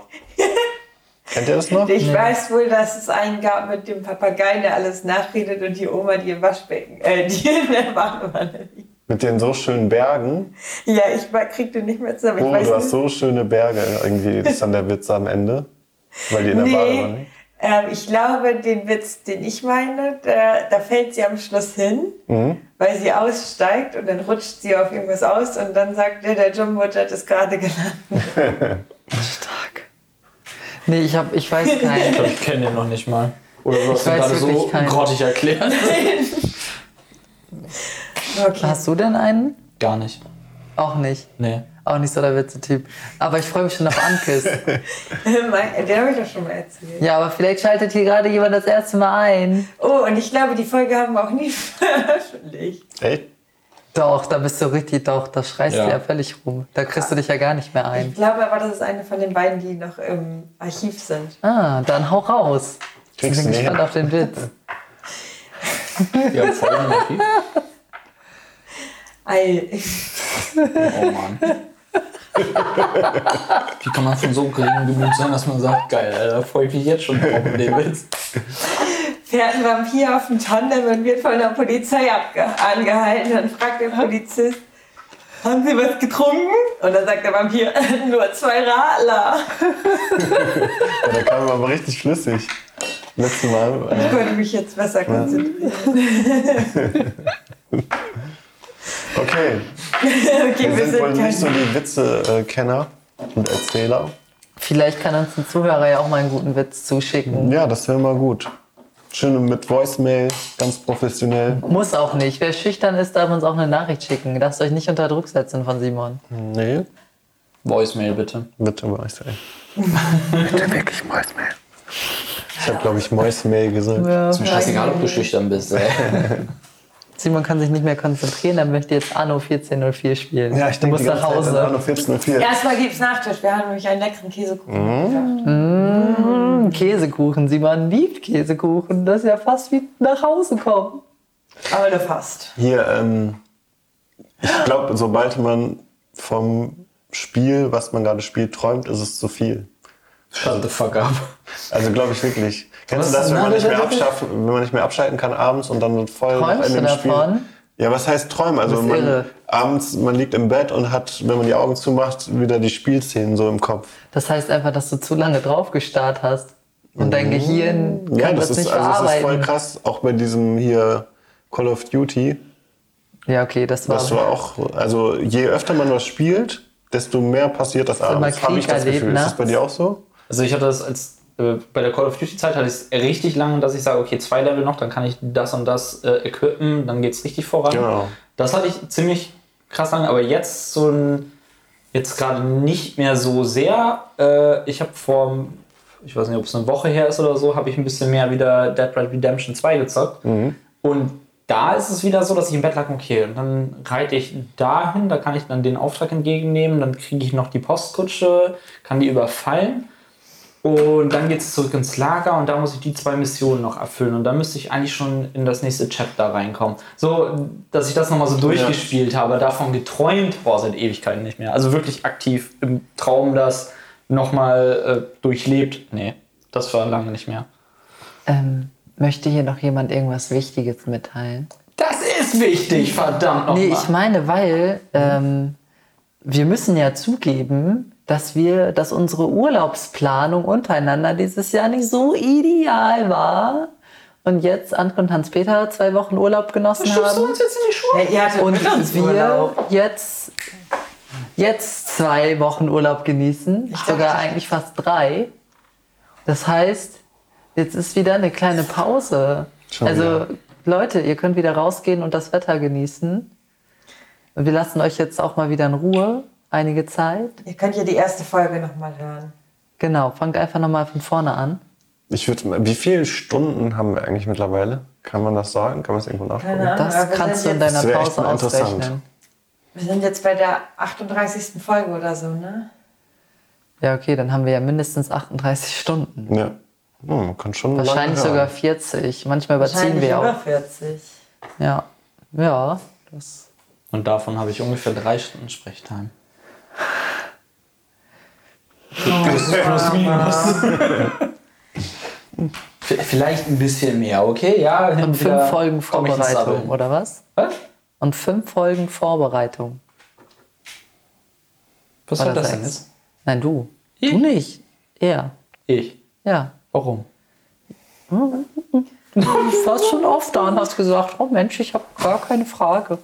Speaker 2: Kennt ihr das noch?
Speaker 4: Ich weiß wohl, dass es einen gab mit dem Papagei, der alles nachredet und die Oma, die im Waschbecken, äh, die [LAUGHS] in der Badewanne liegt.
Speaker 2: Mit den so schönen Bergen.
Speaker 4: Ja, ich wa- krieg den nicht mehr zusammen. Ich
Speaker 2: Oh,
Speaker 4: weiß
Speaker 2: du hast
Speaker 4: nicht.
Speaker 2: so schöne Berge irgendwie. Das ist dann der Witz am Ende. Weil die in der Badewanne.
Speaker 4: nee, ähm, ich glaube, den Witz, den ich meine, da, da fällt sie am Schluss hin,
Speaker 2: Mhm.
Speaker 4: weil sie aussteigt und dann rutscht sie auf irgendwas aus und dann sagt der, der Jumbo Jet ist gerade [LAUGHS] gelandet.
Speaker 3: Stark. Nee, ich, hab, ich weiß
Speaker 5: [LAUGHS]
Speaker 3: keinen.
Speaker 5: Ich kenne den noch nicht mal. Oder du hast ihn
Speaker 3: weiß
Speaker 5: gerade so
Speaker 3: wirklich keinen.
Speaker 5: grottig erklärt.
Speaker 4: Okay.
Speaker 3: Hast du denn einen?
Speaker 5: Gar nicht.
Speaker 3: Auch nicht.
Speaker 5: Nee.
Speaker 3: Auch nicht so der Witze-Typ. Aber ich freue mich schon auf Ankis.
Speaker 4: Mein- Den habe ich doch schon mal erzählt.
Speaker 3: Ja, aber vielleicht schaltet hier gerade jemand das erste Mal ein.
Speaker 4: Oh, und ich glaube, die Folge haben wir auch nie [LAUGHS] veröffentlicht.
Speaker 2: Echt?
Speaker 3: Doch, da bist du richtig, doch, da schreist
Speaker 5: Ja.
Speaker 3: du ja völlig rum. Da kriegst du dich ja gar nicht mehr
Speaker 4: Ich
Speaker 3: ein.
Speaker 4: glaube aber, das ist eine von den beiden, die noch im Archiv sind.
Speaker 3: Ah, dann hau raus. Ich
Speaker 2: Kriegst
Speaker 3: bin
Speaker 2: du nicht
Speaker 3: gespannt
Speaker 2: hin.
Speaker 3: auf den Witz.
Speaker 5: Wir haben Folgen im Archiv.
Speaker 4: [LAUGHS] Ei,
Speaker 5: Oh Mann. Wie kann man von so geringem Gemüt sein, dass man sagt, geil, Alter, freue ich mich jetzt schon drauf mit dem Witz.
Speaker 4: fährt ein Vampir auf dem Tandem und wird von der Polizei abge angehalten. Dann fragt der Polizist, haben Sie was getrunken? Und dann sagt der Vampir, [LAUGHS] nur zwei Radler.
Speaker 2: Ja, da kam er aber richtig schlüssig. Letztes Mal. äh,
Speaker 4: Ich konnte mich jetzt besser konzentrieren.
Speaker 2: Okay,
Speaker 4: Okay,
Speaker 2: wir
Speaker 4: wir
Speaker 2: sind wohl
Speaker 4: sind halt
Speaker 2: nicht so
Speaker 4: kein...
Speaker 2: die Witze-Kenner und Erzähler.
Speaker 3: Vielleicht kann uns ein Zuhörer ja auch mal einen guten Witz zuschicken.
Speaker 2: Ja, das wäre mal gut. Schön mit Voicemail, ganz professionell.
Speaker 3: Muss auch nicht. Wer schüchtern ist, darf uns auch eine Nachricht schicken. Lasst euch nicht unter Druck setzen von Simon.
Speaker 2: Nee,
Speaker 5: Voicemail bitte.
Speaker 2: bitte Voicemail. bitte wirklich Voicemail. Ich habe, glaube ich, Voicemail gesagt.
Speaker 5: Ist mir scheißegal, ob du schüchtern bist, ey.
Speaker 3: Simon kann sich nicht mehr konzentrieren, er möchte jetzt Anno 1404 spielen.
Speaker 2: Ja, ich
Speaker 3: du
Speaker 2: denke,
Speaker 3: musst
Speaker 2: die ganze
Speaker 3: nach
Speaker 2: Zeit an
Speaker 3: Hause.
Speaker 2: Anno 1404.
Speaker 4: Erstmal gibt's Nachtisch. Wir haben nämlich einen leckeren Käsekuchen.
Speaker 3: Mhm. Hm, Käsekuchen, Simon liebt Käsekuchen. Das ist ja fast wie nach Hause kommen.
Speaker 4: Aber du fast.
Speaker 2: Hier, ähm, ich glaube, sobald man vom Spiel, was man gerade spielt, träumt, ist es zu viel.
Speaker 5: Shut the fuck up.
Speaker 2: Also glaube ich wirklich. Kennst du
Speaker 5: Was?
Speaker 2: das, wenn man,
Speaker 5: Na,
Speaker 2: nicht mehr
Speaker 5: na, na, na.
Speaker 2: abschaffen, wenn man nicht mehr abschalten kann abends und dann voll noch
Speaker 3: Träumst
Speaker 2: in
Speaker 3: du
Speaker 2: dem Spiel?
Speaker 3: davon?
Speaker 2: Ja, was heißt träumen? Also
Speaker 3: bist
Speaker 2: man,
Speaker 3: irre.
Speaker 2: abends, man liegt im Bett und hat, wenn man die Augen zumacht, wieder die Spielszenen so im Kopf.
Speaker 3: Das heißt einfach, dass du zu lange drauf gestarrt hast und dein Gehirn kann
Speaker 2: Ja,
Speaker 3: das,
Speaker 2: das ist,
Speaker 3: nicht
Speaker 2: also es ist voll
Speaker 3: verarbeiten.
Speaker 2: krass, auch bei diesem hier Call of Duty.
Speaker 3: ja, okay, das war,
Speaker 2: Das war auch, also je öfter man was spielt, desto mehr passiert das abends,
Speaker 3: Krieg
Speaker 2: habe ich das
Speaker 3: erlebt
Speaker 2: Gefühl. Ist das
Speaker 3: nachts.
Speaker 2: bei dir auch so?
Speaker 5: Also ich hatte das als äh, bei der Call of Duty Zeit hatte ich es richtig lange, dass ich sage, okay, zwei Level noch, dann kann ich das und das äh, equippen, dann geht's richtig voran.
Speaker 2: Genau.
Speaker 5: Das hatte ich ziemlich krass lange, aber jetzt so ein jetzt gerade nicht mehr so sehr. Äh, ich habe vor ich weiß nicht, ob es eine Woche her ist oder so, habe ich ein bisschen mehr wieder Dead Red Redemption 2 gezockt. Und da ist es wieder so, dass ich im Bett lag, okay, und dann reite ich dahin, da kann ich dann den Auftrag entgegennehmen, dann kriege ich noch die Postkutsche, kann die überfallen. Und dann geht es zurück ins Lager und da muss ich die zwei Missionen noch erfüllen. Und dann müsste ich eigentlich schon in das nächste Chapter reinkommen. So, dass ich das nochmal so durchgespielt habe, davon geträumt, boah, seit Ewigkeiten nicht mehr. Also wirklich aktiv im Traum das nochmal äh, durchlebt. Nee, das war lange nicht mehr.
Speaker 3: Ähm, möchte hier noch jemand irgendwas Wichtiges mitteilen?
Speaker 5: Das ist wichtig, verdammt nochmal.
Speaker 3: Nee, ich meine, weil ähm, wir müssen ja zugeben, dass wir, dass unsere Urlaubsplanung untereinander dieses Jahr nicht so ideal war. Und jetzt Anke und Hans-Peter zwei Wochen Urlaub genossen haben.
Speaker 5: jetzt in die Schule?
Speaker 4: Ihr hattet
Speaker 3: Und wir
Speaker 4: Mittagsurlaub.
Speaker 3: jetzt, jetzt zwei Wochen Urlaub genießen. sogar eigentlich fast drei. Das heißt, jetzt ist wieder eine kleine Pause. also,
Speaker 2: wieder.
Speaker 3: Leute, ihr könnt wieder rausgehen und das Wetter genießen. Und wir lassen euch jetzt auch mal wieder in Ruhe. Einige Zeit.
Speaker 4: Ihr könnt ja die erste Folge nochmal hören.
Speaker 3: Genau, fangt einfach nochmal von vorne an.
Speaker 2: Ich würde, wie viele Stunden haben wir eigentlich mittlerweile? Kann man das sagen? Kann man es irgendwo nachgucken?
Speaker 4: Keine Ahnung,
Speaker 3: Das
Speaker 4: aber wir
Speaker 3: kannst du
Speaker 4: sind
Speaker 3: in
Speaker 4: jetzt-
Speaker 3: deiner
Speaker 2: Das wär echt
Speaker 3: Pause
Speaker 2: mal interessant.
Speaker 3: ausrechnen.
Speaker 4: Wir sind jetzt bei der 38. Folge oder so, ne?
Speaker 3: Ja, okay, dann haben wir ja mindestens 38 Stunden.
Speaker 2: Ja. Hm, man kann schon lange
Speaker 3: Wahrscheinlich
Speaker 2: hören.
Speaker 3: sogar 40. Manchmal überziehen
Speaker 4: Wahrscheinlich
Speaker 3: wir auch.
Speaker 4: über 40.
Speaker 3: Ja, ja. Das
Speaker 5: Und davon habe ich ungefähr drei Stunden Sprechtime.
Speaker 3: Oh,
Speaker 5: plus, minus. Vielleicht ein bisschen mehr, okay? Ja, hin
Speaker 3: und
Speaker 5: und
Speaker 3: fünf
Speaker 5: wieder
Speaker 3: Folgen
Speaker 5: komm ich ins
Speaker 3: Vorbereitung,
Speaker 5: Sabbeln.
Speaker 3: oder was?
Speaker 5: Was?
Speaker 3: Und fünf Folgen Vorbereitung.
Speaker 5: Was
Speaker 3: Oder
Speaker 5: soll das
Speaker 3: sechs?
Speaker 5: denn jetzt?
Speaker 3: Nein, du. Du nicht. Er.
Speaker 5: Ich.
Speaker 3: Ja.
Speaker 5: Warum?
Speaker 3: Du warst schon oft da und hast gesagt, oh Mensch, ich habe gar keine Frage.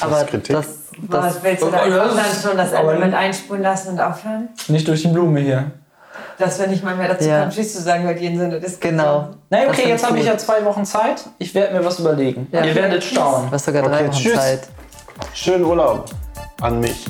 Speaker 3: Aber
Speaker 2: Kritik?
Speaker 3: das, Oh das,
Speaker 4: Was willst du da
Speaker 5: Aber das-
Speaker 4: dann schon das
Speaker 5: aber-
Speaker 4: Ende mit einspulen lassen und aufhören?
Speaker 5: Nicht durch die Blume hier.
Speaker 4: Dass wir nicht mal mehr dazu
Speaker 3: Ja.
Speaker 4: kommen, Tschüss zu sagen, weil die in so einer Diskussion
Speaker 3: genau.
Speaker 5: Na
Speaker 3: Das
Speaker 5: okay,
Speaker 3: find
Speaker 5: jetzt habe
Speaker 3: gut.
Speaker 5: ich ja zwei Wochen Zeit. Ich werde mir was überlegen.
Speaker 3: Ja.
Speaker 5: Ihr werdet staunen.
Speaker 3: Du hast sogar drei
Speaker 2: Okay,
Speaker 3: Wochen
Speaker 2: tschüss.
Speaker 3: Zeit.
Speaker 2: Schönen Urlaub an mich.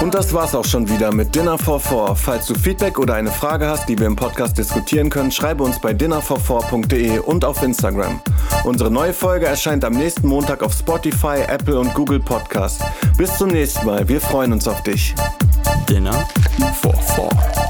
Speaker 1: Und das war's auch schon wieder mit Dinner for Four. Falls du Feedback oder eine Frage hast, die wir im Podcast diskutieren können, schreibe uns bei dinnerforfour.de und auf Instagram. Unsere neue Folge erscheint am nächsten Montag auf Spotify, Apple und Google Podcasts. Bis zum nächsten Mal. Wir freuen uns auf dich.
Speaker 7: Dinner
Speaker 1: For Four.